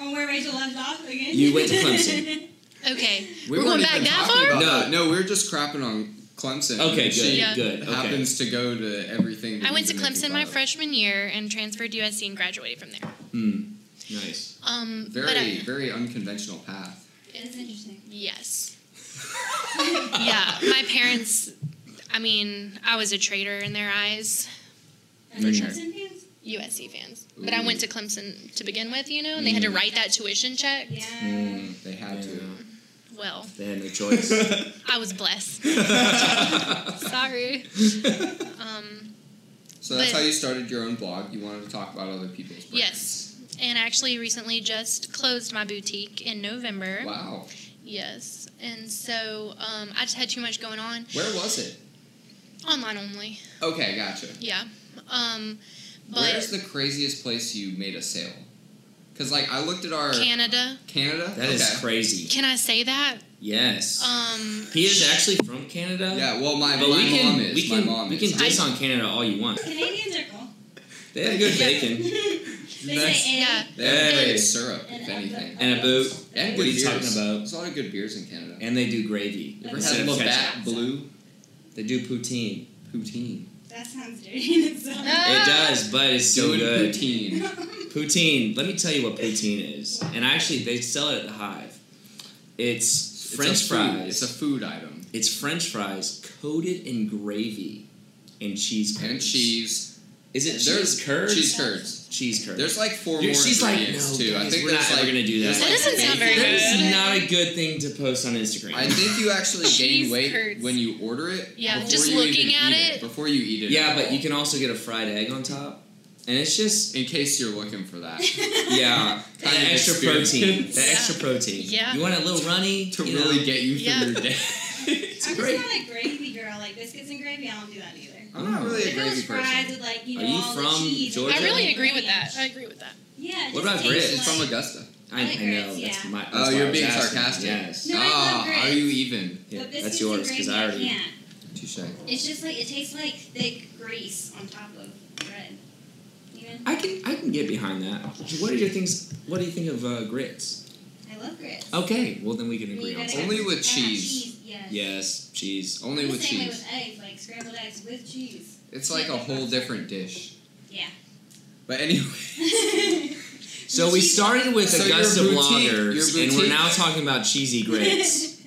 Speaker 5: On Oh, where Rachel left off again.
Speaker 4: You went to
Speaker 5: [LAUGHS]
Speaker 4: Clemson.
Speaker 6: Okay.
Speaker 2: We
Speaker 6: We're
Speaker 2: weren't
Speaker 6: going back
Speaker 2: even
Speaker 6: that
Speaker 2: talking
Speaker 6: far?
Speaker 2: about
Speaker 4: No.
Speaker 2: that. no, we we're just crapping on Clemson.
Speaker 4: Okay,
Speaker 2: She
Speaker 4: good,
Speaker 6: Yeah.
Speaker 4: good. Okay.
Speaker 2: Happens to go to everything. that
Speaker 6: I went to
Speaker 2: we've been making
Speaker 6: Clemson my
Speaker 2: fun of.
Speaker 6: freshman year and transferred to USC and graduated from there.
Speaker 4: Hmm. Nice.
Speaker 6: Um, but
Speaker 2: Very,
Speaker 6: I,
Speaker 2: very unconventional path.
Speaker 5: It's interesting.
Speaker 2: [LAUGHS]
Speaker 6: yes. yeah, my parents. I mean, I was a traitor in their eyes,
Speaker 4: For sure.
Speaker 5: Clemson fans?
Speaker 6: USC fans. But I went to
Speaker 2: Mm.
Speaker 6: Clemson to begin with, you know, and they had to write that tuition check.
Speaker 5: Yeah.
Speaker 4: Mm,
Speaker 2: They had to.
Speaker 6: Well,
Speaker 4: They had no
Speaker 2: [LAUGHS]
Speaker 4: choice.
Speaker 6: I was blessed. Sorry. Um,
Speaker 2: So that's
Speaker 6: But-
Speaker 2: how you started your own blog. You wanted to talk about other people's. Brands.
Speaker 6: yes. And I actually recently just closed my boutique in November.
Speaker 2: Wow.
Speaker 6: Yes. And so um, I just had too much going on.
Speaker 2: Where was it?
Speaker 6: Online only.
Speaker 2: Okay, gotcha.
Speaker 6: Yeah. Um, but
Speaker 2: Where's the craziest place you made a sale? Because like I looked at our
Speaker 6: Canada.
Speaker 2: Canada.
Speaker 4: That is
Speaker 2: okay.
Speaker 4: crazy.
Speaker 6: Can I say that?
Speaker 4: Yes.
Speaker 6: Um,
Speaker 4: he is actually from Canada.
Speaker 2: Yeah. Well, my,
Speaker 4: But
Speaker 2: my
Speaker 4: we can,
Speaker 2: mom is.
Speaker 4: we can,
Speaker 2: my mom
Speaker 4: we
Speaker 2: is.
Speaker 4: can diss on Canada all you want.
Speaker 5: Canadians are
Speaker 4: [LAUGHS]
Speaker 5: cool.
Speaker 4: They have good bacon.
Speaker 5: they
Speaker 2: That's-
Speaker 5: say
Speaker 6: yeah.
Speaker 2: They have
Speaker 4: Hey.
Speaker 2: great syrup,
Speaker 5: and
Speaker 2: if anything.
Speaker 4: And a boot.
Speaker 2: And
Speaker 4: What are
Speaker 2: good
Speaker 4: you
Speaker 2: beers.
Speaker 4: talking about?
Speaker 2: There's a lot of good beers in Canada.
Speaker 4: And they do gravy.
Speaker 2: you ever
Speaker 4: instead
Speaker 2: had
Speaker 4: of
Speaker 2: Labatt
Speaker 4: ketchup.
Speaker 2: Blue
Speaker 4: They do poutine.
Speaker 2: Poutine?
Speaker 5: That sounds dirty in itself.
Speaker 4: It does, but it's so
Speaker 2: Doing
Speaker 4: good.
Speaker 2: poutine.
Speaker 4: Poutine. Let me tell you what poutine is. And actually, they sell it at the Hive. It's
Speaker 2: It's
Speaker 4: French
Speaker 2: a food-
Speaker 4: fries.
Speaker 2: It's a food item.
Speaker 4: It's French fries coated in gravy and cheese curds.
Speaker 2: And cheese.
Speaker 4: Is it
Speaker 2: There's
Speaker 4: cheese curds?
Speaker 2: Cheese curds.
Speaker 4: Cheese curds.
Speaker 2: There's like four
Speaker 4: Dude,
Speaker 2: more
Speaker 4: she's like,
Speaker 2: ingredients
Speaker 4: "No,
Speaker 2: too. I
Speaker 4: guys,
Speaker 2: think
Speaker 4: we're
Speaker 2: there's
Speaker 4: not
Speaker 2: like
Speaker 4: ever gonna do that."
Speaker 2: there's,
Speaker 6: That
Speaker 2: like,
Speaker 6: doesn't sound very
Speaker 2: bacon.
Speaker 4: That
Speaker 6: good.
Speaker 4: is not a good thing to post on Instagram.
Speaker 2: I think
Speaker 6: [LAUGHS]
Speaker 2: you actually gain
Speaker 6: Cheese
Speaker 2: weight
Speaker 6: curds.
Speaker 2: when you order it.
Speaker 6: Yeah,
Speaker 2: before
Speaker 6: just
Speaker 2: you
Speaker 6: looking
Speaker 2: even
Speaker 6: at
Speaker 2: eat it,
Speaker 6: it.
Speaker 2: Before you eat it.
Speaker 4: yeah,
Speaker 2: at
Speaker 4: but
Speaker 2: all.
Speaker 4: you can also get a fried egg on top, and it's just
Speaker 2: In case you're looking for
Speaker 6: [LAUGHS]
Speaker 2: that.
Speaker 4: [LAUGHS]
Speaker 5: [LAUGHS]
Speaker 4: yeah,
Speaker 2: [LAUGHS] Kind
Speaker 4: that
Speaker 2: of
Speaker 4: extra
Speaker 2: experience.
Speaker 4: protein. That
Speaker 6: Yeah.
Speaker 4: extra protein.
Speaker 6: Yeah.
Speaker 4: You want it a little runny
Speaker 2: to
Speaker 4: you
Speaker 2: really
Speaker 4: know?
Speaker 2: get you through
Speaker 6: Yeah.
Speaker 2: your day.
Speaker 5: I'm
Speaker 2: [LAUGHS] it's
Speaker 5: just not a gravy girl. Like biscuits and gravy, I don't do that either.
Speaker 2: I'm not really
Speaker 5: If it
Speaker 2: a
Speaker 5: was
Speaker 2: gravy
Speaker 5: fries
Speaker 2: person.
Speaker 5: with like you
Speaker 4: Are
Speaker 5: know
Speaker 4: you
Speaker 5: all
Speaker 4: from
Speaker 5: the cheese.
Speaker 4: Georgia?
Speaker 6: I really agree with that. I agree with
Speaker 2: [LAUGHS]
Speaker 6: that.
Speaker 5: Yeah. it
Speaker 4: What
Speaker 5: just
Speaker 4: about
Speaker 5: tastes
Speaker 4: grits?
Speaker 2: It's
Speaker 5: like-
Speaker 2: from Augusta.
Speaker 4: I, I
Speaker 5: Like
Speaker 4: know.
Speaker 5: grits,
Speaker 4: That's
Speaker 5: yeah.
Speaker 4: my. That's
Speaker 2: Oh,
Speaker 4: why I
Speaker 2: you're
Speaker 4: was
Speaker 2: being
Speaker 4: asking.
Speaker 2: sarcastic.
Speaker 4: Yes.
Speaker 5: No, I
Speaker 2: Ah,
Speaker 5: love grits.
Speaker 2: are you even?
Speaker 4: Yeah,
Speaker 5: But
Speaker 4: that's
Speaker 5: biscuits
Speaker 4: yours
Speaker 5: and
Speaker 4: because
Speaker 5: gravy,
Speaker 4: I already.
Speaker 5: can't.
Speaker 2: Touche.
Speaker 5: It's just like it tastes like thick grease on top of bread. You know,
Speaker 4: I can I can get behind that. What are your things? What do you think of uh, grits?
Speaker 5: I love grits.
Speaker 4: Okay, well then we can
Speaker 5: I mean,
Speaker 4: agree
Speaker 5: you
Speaker 4: on.
Speaker 5: gotta
Speaker 4: something.
Speaker 5: have-
Speaker 2: Only with
Speaker 5: gotta have
Speaker 2: cheese.
Speaker 5: Yes.
Speaker 4: Yes, cheese.
Speaker 2: Only
Speaker 5: the
Speaker 2: with
Speaker 5: same
Speaker 2: cheese.
Speaker 5: way with eggs, like scrambled eggs with cheese. [LAUGHS]
Speaker 2: It's like a whole different dish.
Speaker 5: Yeah.
Speaker 2: But anyway,
Speaker 4: So we started with
Speaker 2: So your
Speaker 4: Augusta
Speaker 2: boutique- your
Speaker 4: bloggers, and we're
Speaker 2: boutique-
Speaker 4: now talking about
Speaker 6: [LAUGHS]
Speaker 4: cheesy grits.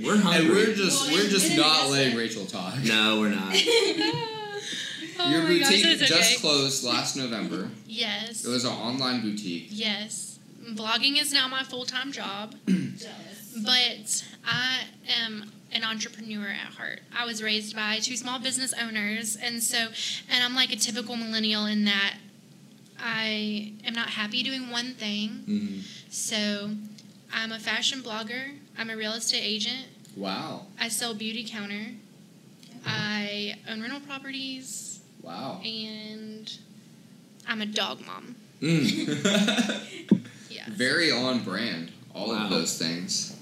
Speaker 4: [LAUGHS] We're hungry. [LAUGHS]
Speaker 2: and we're just
Speaker 5: Well,
Speaker 2: we're just
Speaker 5: it's
Speaker 2: not
Speaker 5: been
Speaker 2: letting
Speaker 5: adjusted.
Speaker 2: Rachel talk.
Speaker 4: no, we're not.
Speaker 6: oh
Speaker 2: Your
Speaker 6: my gosh,
Speaker 2: boutique
Speaker 6: that's okay.
Speaker 2: just closed last November.
Speaker 6: yes.
Speaker 2: It was an online boutique.
Speaker 6: yes. Blogging is now my full time job,
Speaker 5: Jealous.
Speaker 6: but I am an entrepreneur at heart. I was raised by two small business owners, and so, and I'm like a typical millennial in that I am not happy doing one thing.
Speaker 4: Mhm.
Speaker 6: So, I'm a fashion blogger, I'm a real estate agent,
Speaker 2: Wow,
Speaker 6: I sell beauty counter. I own rental properties
Speaker 2: wow.
Speaker 6: and I'm a dog mom.
Speaker 4: Mm.
Speaker 2: [LAUGHS]
Speaker 6: Yeah.
Speaker 2: very on brand. All
Speaker 4: Wow.
Speaker 2: of those things.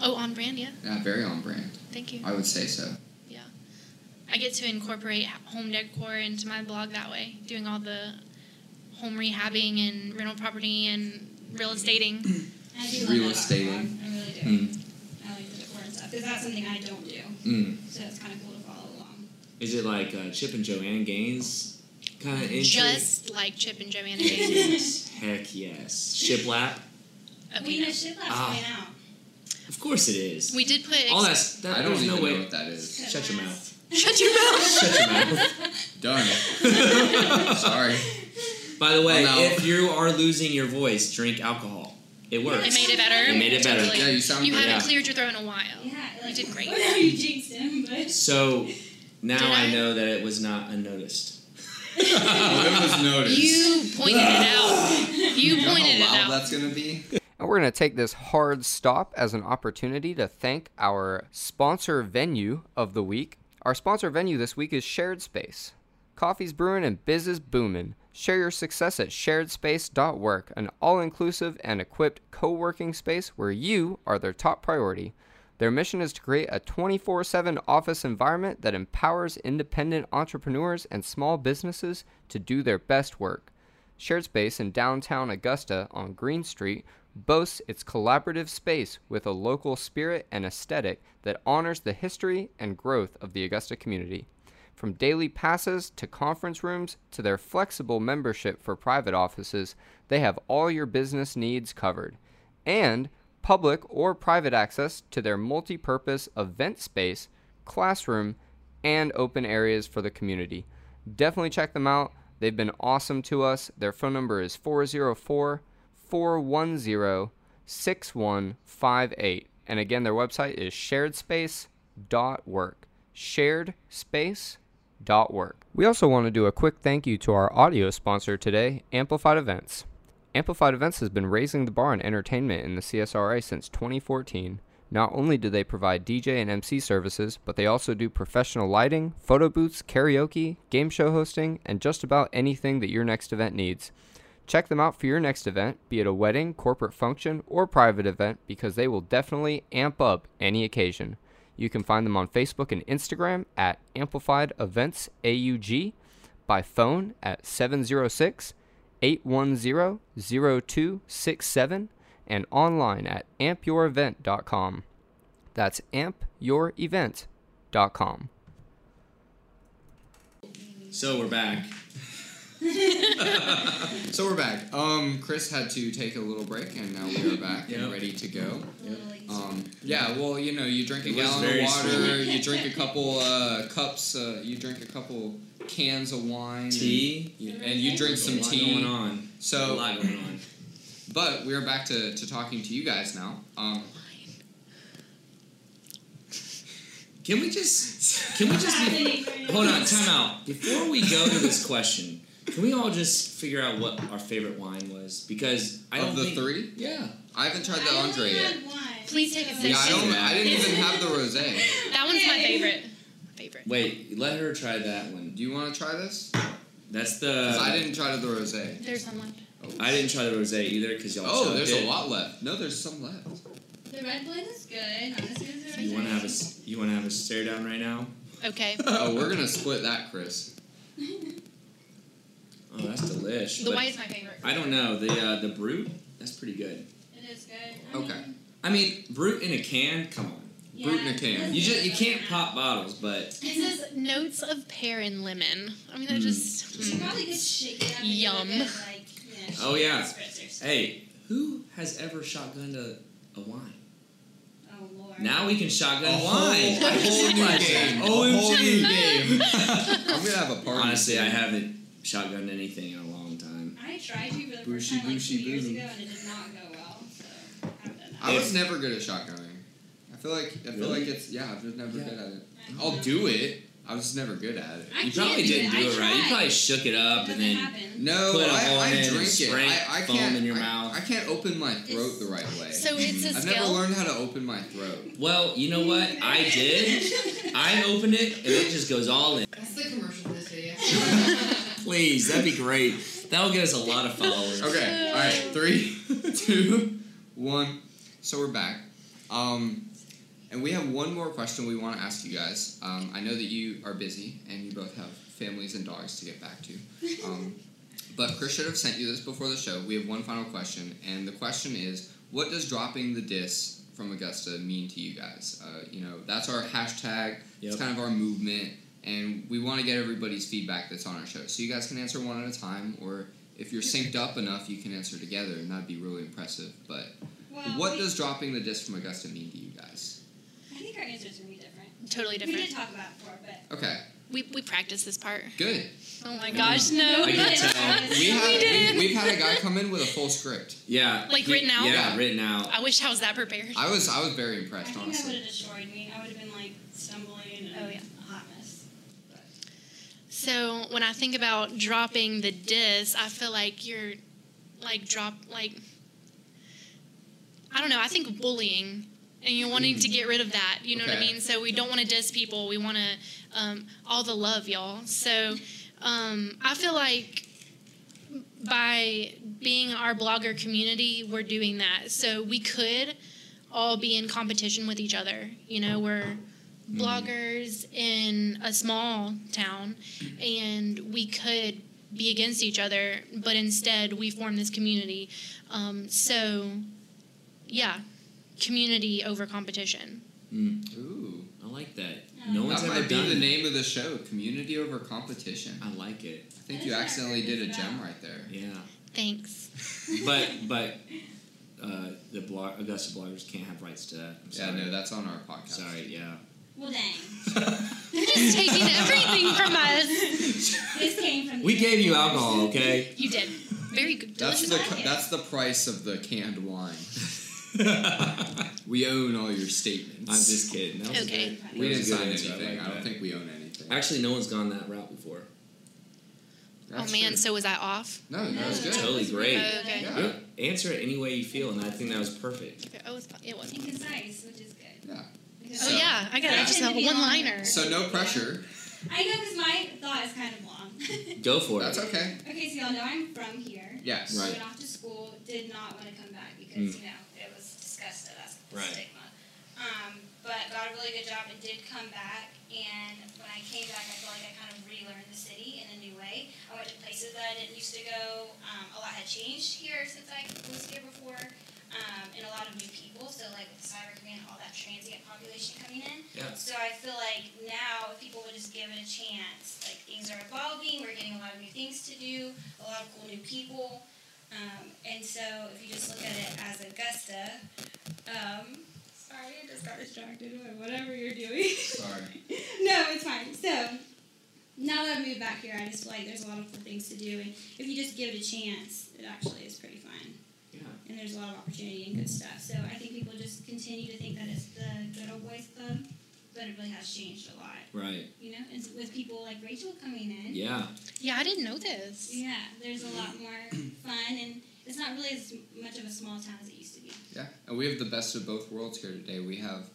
Speaker 6: Oh, on brand, yeah.
Speaker 2: Yeah, very on brand.
Speaker 6: Thank you.
Speaker 2: I would say so.
Speaker 6: I get to incorporate home decor into my blog that way, doing all the home rehabbing and rental property and real estating.
Speaker 5: I do
Speaker 2: Real
Speaker 5: love
Speaker 2: estate.
Speaker 5: that about my mom. I really do.
Speaker 4: Mm.
Speaker 5: I like the decor and stuff. It's not something I don't do,
Speaker 4: Mm.
Speaker 5: so it's kind of cool to follow along.
Speaker 4: Is it like uh, Chip and Joanne Gaines kind of
Speaker 6: Just like Chip and Joanna.
Speaker 4: Heck
Speaker 5: [LAUGHS]
Speaker 6: Gaines. [LAUGHS]
Speaker 4: yes. Heck yes. Shiplap.
Speaker 5: Well, you
Speaker 6: Okay.
Speaker 5: know, shit last
Speaker 4: Ah.
Speaker 5: going out.
Speaker 4: Of course it is.
Speaker 6: We did put
Speaker 4: All that's that,
Speaker 2: I don't
Speaker 4: there's
Speaker 2: even
Speaker 4: no way.
Speaker 2: know what that is.
Speaker 4: Shut your mouth.
Speaker 6: Shut your mouth.
Speaker 4: Shut your mouth. [LAUGHS]
Speaker 6: [LAUGHS]
Speaker 2: Done. Sorry. [LAUGHS]
Speaker 4: By the way,
Speaker 2: Oh, no.
Speaker 4: if you are losing your voice, drink alcohol. It
Speaker 6: It
Speaker 4: works.
Speaker 6: made it better.
Speaker 4: It made it better.
Speaker 6: Totally.
Speaker 2: Yeah, you sound
Speaker 6: You
Speaker 2: great.
Speaker 6: haven't
Speaker 4: Yeah.
Speaker 6: cleared your throat in a while.
Speaker 5: Yeah, like,
Speaker 6: You did great.
Speaker 5: Well, you jinxed him, but
Speaker 4: So Now
Speaker 6: Did
Speaker 4: I
Speaker 6: I?
Speaker 4: know that it was not unnoticed.
Speaker 2: It was noticed.
Speaker 6: You pointed it
Speaker 4: [LAUGHS]
Speaker 6: out. You
Speaker 2: You know how
Speaker 6: pointed it
Speaker 2: loud
Speaker 6: out.
Speaker 2: that's gonna be.
Speaker 7: And we're going to take this hard stop as an opportunity to thank our sponsor venue of the week. Our sponsor venue this week is Shared Space. Coffee's brewing and biz is booming. Share your success at sharedspace.work, an all inclusive and equipped co working space where you are their top priority. Their mission is to create a 24 7 office environment that empowers independent entrepreneurs and small businesses to do their best work. Shared Space in downtown Augusta on Green Street boasts its collaborative space with a local spirit and aesthetic that honors the history and growth of the Augusta community. From daily passes to conference rooms to their flexible membership for private offices, they have all your business needs covered. And public or private access to their multi purpose event space, classroom, and open areas for the community. Definitely check them out. They've been awesome to us. Their phone number is 404 410 6158. And again, their website is sharedspace.work. Sharedspace.work. We also want to do a quick thank you to our audio sponsor today, Amplified Events. Amplified Events has been raising the bar in entertainment in the CSRA since 2014. Not only do they provide DJ and MC services, but they also do professional lighting, photo booths, karaoke, game show hosting, and just about anything that your next event needs. Check them out for your next event, be it a wedding, corporate function, or private event, because they will definitely amp up any occasion. You can find them on Facebook and Instagram at Amplified Events AUG, by phone at 706 810 0267, and online at ampyourevent.com. That's ampyourevent.com.
Speaker 4: So we're back.
Speaker 6: [LAUGHS]
Speaker 2: So we're back. Um, Chris had to take a little break, and now we are back and
Speaker 4: Yep.
Speaker 2: ready to go.
Speaker 5: Literally.
Speaker 2: Um, yeah, well, you know, you drink a
Speaker 4: It was
Speaker 2: gallon
Speaker 4: very
Speaker 2: of water,
Speaker 4: sweet.
Speaker 2: you drink a couple uh, cups, uh, you drink a couple cans of wine,
Speaker 4: Tea.
Speaker 2: and, you- and you drink
Speaker 4: There's
Speaker 2: some
Speaker 4: a lot
Speaker 2: tea.
Speaker 4: going on. a
Speaker 2: So,
Speaker 4: lot going
Speaker 2: [LAUGHS]
Speaker 4: on.
Speaker 2: but we're back to, to talking to you guys now. Um,
Speaker 4: Can we just? Can we just?
Speaker 6: [LAUGHS]
Speaker 4: Be, hold on. Time out. Before we go to this question, can we all just figure out what our favorite wine was? Because I don't
Speaker 2: of the
Speaker 4: think,
Speaker 2: three,
Speaker 4: Yeah.
Speaker 2: I haven't tried the
Speaker 5: I only
Speaker 2: Andre yet.
Speaker 5: had one,
Speaker 6: Please take a
Speaker 5: so-
Speaker 6: sip.
Speaker 2: Yeah, I don't. I didn't even have the rosé.
Speaker 6: That one's my favorite. Favorite.
Speaker 4: Wait. Let her try that one.
Speaker 2: Do you want to try this?
Speaker 4: That's the.
Speaker 2: 'Cause I didn't try the rosé.
Speaker 6: There's one left.
Speaker 2: Oh,
Speaker 4: I didn't try the rosé either because y'all.
Speaker 2: Oh,
Speaker 4: chugged
Speaker 2: there's
Speaker 4: it.
Speaker 2: a lot left. No, there's some left.
Speaker 5: The Red Blend is good. Not as good as the
Speaker 4: You want to have a
Speaker 5: Rosé.
Speaker 4: s- you want to have a stare down right now?
Speaker 6: Okay.
Speaker 2: [LAUGHS] [LAUGHS] Oh, we're gonna split that, Chris.
Speaker 4: Oh, that's delish.
Speaker 6: The
Speaker 4: but
Speaker 6: white's my favorite.
Speaker 4: I don't know the uh, the brute. That's pretty good.
Speaker 5: [LAUGHS] It is good. I
Speaker 2: Okay.
Speaker 5: mean,
Speaker 4: I mean, brute in a can. Come on,
Speaker 5: yeah,
Speaker 2: Brut in a can.
Speaker 5: that's
Speaker 4: you just
Speaker 5: good.
Speaker 4: you can't pop bottles, but
Speaker 6: It says notes of pear and lemon. I mean, that
Speaker 4: Mm.
Speaker 6: just.
Speaker 5: You should
Speaker 6: Mm.
Speaker 5: probably get shake it up. and
Speaker 6: Yum.
Speaker 5: do a good, like, you know,
Speaker 4: Oh,
Speaker 5: shake
Speaker 4: yeah.
Speaker 5: spritz or something.
Speaker 4: hey, who has ever shotgunned a, a wine?
Speaker 5: Oh lord.
Speaker 4: Now we can shotgun
Speaker 2: whole-
Speaker 4: wine. [LAUGHS]
Speaker 2: a whole new
Speaker 4: Like,
Speaker 2: game. A whole
Speaker 4: OMG.
Speaker 2: new [LAUGHS] game. I'm gonna have a party.
Speaker 4: Oh, [LAUGHS] Honestly, I haven't shotgunned anything in a long time.
Speaker 5: I tried to for the
Speaker 2: Booshy,
Speaker 5: first time like
Speaker 2: booshy,
Speaker 5: two years
Speaker 2: boo.
Speaker 5: ago and it did not go well. So I've done
Speaker 2: I
Speaker 5: that.
Speaker 2: was never good at shotgunning. I feel like I feel
Speaker 4: Really?
Speaker 2: like it's yeah. I'm just never
Speaker 4: Yeah.
Speaker 2: good at it. I'll do it. I was just never good at it.
Speaker 5: I
Speaker 4: you
Speaker 5: can't
Speaker 4: probably
Speaker 5: do
Speaker 4: didn't
Speaker 5: it.
Speaker 4: do
Speaker 5: I
Speaker 4: it right. You
Speaker 5: tried.
Speaker 4: probably shook it
Speaker 5: It
Speaker 4: up
Speaker 5: doesn't
Speaker 4: and then
Speaker 5: happen.
Speaker 2: No,
Speaker 4: Put a
Speaker 2: Oh, I,
Speaker 4: hole
Speaker 2: I
Speaker 4: in and
Speaker 2: drink it.
Speaker 4: spray
Speaker 2: I, I
Speaker 4: foam
Speaker 2: can't.
Speaker 4: in your
Speaker 2: I,
Speaker 4: mouth.
Speaker 2: I can't open my throat
Speaker 5: It's-
Speaker 2: the right way.
Speaker 6: So it's a
Speaker 2: I've never
Speaker 6: skill.
Speaker 2: learned how to open my throat.
Speaker 4: well, you know what? I did. I opened it and it just goes all in.
Speaker 8: That's the commercial for this video.
Speaker 2: [LAUGHS]
Speaker 4: Please, that'd be great. That'll get us a lot of followers.
Speaker 2: Okay. All right. Three, [LAUGHS] two, one. So we're back. Um, and we have one more question we want to ask you guys. Um, I know that you are busy and you both have families and dogs to get back to. Um, but Chris should have sent you this before the show. We have one final question, and the question is, what does dropping the dis from Augusta mean to you guys? Uh, you know, that's our hashtag. It's
Speaker 4: Yep.
Speaker 2: kind of our movement, and we want to get everybody's feedback that's on our show. So you guys can answer one at a time, or if you're synced up enough, you can answer together, and that'd be really impressive. But
Speaker 5: Well,
Speaker 2: what
Speaker 5: we-
Speaker 2: does dropping the disc from Augusta mean to you guys?
Speaker 5: I think our answers are gonna be different.
Speaker 6: Totally
Speaker 5: We did
Speaker 6: different.
Speaker 5: talk about it before, but
Speaker 2: Okay,
Speaker 6: We, we practiced this part.
Speaker 5: [LAUGHS]
Speaker 2: good.
Speaker 6: Oh my gosh, no.
Speaker 4: I can
Speaker 6: [LAUGHS]
Speaker 4: tell.
Speaker 2: We had
Speaker 6: did.
Speaker 2: we, have
Speaker 5: [LAUGHS]
Speaker 2: had a guy come in with a full script.
Speaker 4: Yeah.
Speaker 6: Like
Speaker 4: we-
Speaker 6: written out?
Speaker 4: Yeah, written out.
Speaker 6: I wish I was that prepared.
Speaker 2: I was I was very
Speaker 5: I
Speaker 2: impressed,
Speaker 5: think that would
Speaker 2: honestly.
Speaker 5: have destroyed me. I would have been like stumbling and
Speaker 6: Oh, yeah.
Speaker 5: a hot mess.
Speaker 6: So when I think about dropping the disc, I feel like you're like drop like I don't know. I think bullying and you're wanting to get rid of that. You know what I
Speaker 2: Okay.
Speaker 6: mean? So we don't want to diss people. We want to um, all the love, y'all. So um, I feel like by being our blogger community, we're doing that. So we could all be in competition with each other. You know, we're bloggers in a small town and we could be against each other, but instead we form this community. Um, so, yeah, community over competition.
Speaker 2: Ooh.
Speaker 4: Mm, I like that. No one's
Speaker 2: that
Speaker 4: ever
Speaker 2: might be
Speaker 4: done
Speaker 2: the
Speaker 4: it.
Speaker 2: name of the show, Community Over Competition.
Speaker 4: I like it.
Speaker 2: I think you
Speaker 5: That's
Speaker 2: accidentally
Speaker 5: not really
Speaker 2: did a
Speaker 5: bad.
Speaker 2: gem right there.
Speaker 4: Yeah,
Speaker 6: Thanks. [LAUGHS]
Speaker 4: but but uh, the blog, Augusta bloggers can't have rights to that. I'm
Speaker 2: Yeah,
Speaker 4: sorry.
Speaker 2: no, that's on our podcast.
Speaker 4: Sorry. Yeah. [LAUGHS]
Speaker 5: Well, dang.
Speaker 6: They're just taking everything from us. [LAUGHS]
Speaker 5: This came from.
Speaker 4: We
Speaker 5: the-
Speaker 4: gave you alcohol, okay? [LAUGHS]
Speaker 6: You did. Very good.
Speaker 2: That's
Speaker 6: delicious.
Speaker 2: the
Speaker 5: like it.
Speaker 2: that's the price of the canned wine. We own all your statements.
Speaker 4: I'm just kidding. That was a
Speaker 6: Okay.
Speaker 4: good-
Speaker 2: we
Speaker 4: that
Speaker 2: didn't
Speaker 4: was a good
Speaker 2: sign
Speaker 4: answer.
Speaker 2: anything.
Speaker 4: like
Speaker 2: I, don't
Speaker 4: that.
Speaker 2: think we own
Speaker 5: Oh,
Speaker 2: anything.
Speaker 4: Actually, no one's gone that route before.
Speaker 6: Oh
Speaker 2: That's
Speaker 6: man,
Speaker 2: true.
Speaker 6: so was I off?
Speaker 2: no, that was
Speaker 5: No,
Speaker 2: good.
Speaker 5: that
Speaker 4: Totally
Speaker 5: was
Speaker 4: great.
Speaker 5: really good.
Speaker 6: Okay.
Speaker 2: Yeah.
Speaker 4: Yeah, Answer it any way you feel, and I think that was perfect.
Speaker 6: Oh, it was- it was.
Speaker 5: And concise, which is good.
Speaker 2: Yeah.
Speaker 6: Oh yeah, I got
Speaker 5: Yeah.
Speaker 6: I just have a one liner.
Speaker 2: So no pressure.
Speaker 5: I know because my thought is kind of long. [LAUGHS]
Speaker 4: Go for
Speaker 2: That's
Speaker 4: it.
Speaker 2: okay.
Speaker 5: okay, so y'all know I'm from here.
Speaker 2: Yes.
Speaker 4: Right.
Speaker 5: Went off to school, did not want to come back because you know it was discussed at us with
Speaker 4: Right.
Speaker 5: stigma. Um, but got a really good job and did come back. And when I came back, I feel like I kind of relearned the city in a new way. I went to places that I didn't used to go. Um, a lot had changed here since I was here before, um, and a lot of new people. So like with the cyber command, all that transient population coming in.
Speaker 4: Yeah.
Speaker 5: So I feel like now, if people would just give it a chance, like things are evolving, we're getting a lot of new things to do, a lot of cool new people. Um, and so, if you just look at it as Augusta, um, sorry, I just got distracted by whatever you're doing. [LAUGHS]
Speaker 2: Sorry.
Speaker 5: no, it's fine. So, now that I've moved back here, I just feel like there's a lot of cool things to do, and if you just give it a chance, it actually is pretty fun.
Speaker 4: Yeah.
Speaker 5: And there's a lot of opportunity and good stuff. So I think people just continue to think that it's the good old boys club, but it really has changed a lot.
Speaker 4: Right.
Speaker 5: You know, and with people like Rachel coming in,
Speaker 4: Yeah.
Speaker 6: Yeah, I didn't know this.
Speaker 5: yeah, there's a lot more fun, and it's not really as much of a small town as it used to be.
Speaker 2: Yeah. And we have the best of both worlds here today. We have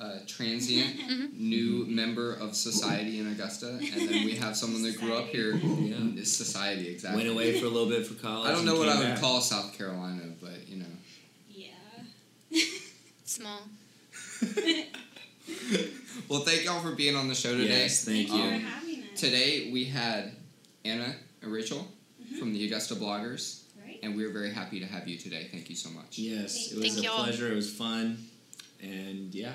Speaker 2: a transient new member of society in Augusta, and then we have someone that grew up here in this society exactly.
Speaker 4: Went away for a little bit for college.
Speaker 2: I don't
Speaker 4: and
Speaker 2: know what
Speaker 4: came
Speaker 2: I would
Speaker 4: back.
Speaker 2: call South Carolina, but you know.
Speaker 5: [LAUGHS] Yeah.
Speaker 6: Small.
Speaker 2: Well, thank y'all for being on the show today.
Speaker 4: Yes, thank you.
Speaker 5: you for
Speaker 2: Um,
Speaker 5: having us.
Speaker 2: Today we had Anna and Rachel from the Augusta Bloggers,
Speaker 5: right?
Speaker 2: and we're very happy to have you today. Thank you so much.
Speaker 4: Yes, it
Speaker 5: Thank
Speaker 4: was a
Speaker 6: y'all.
Speaker 4: pleasure. It was fun, and yeah,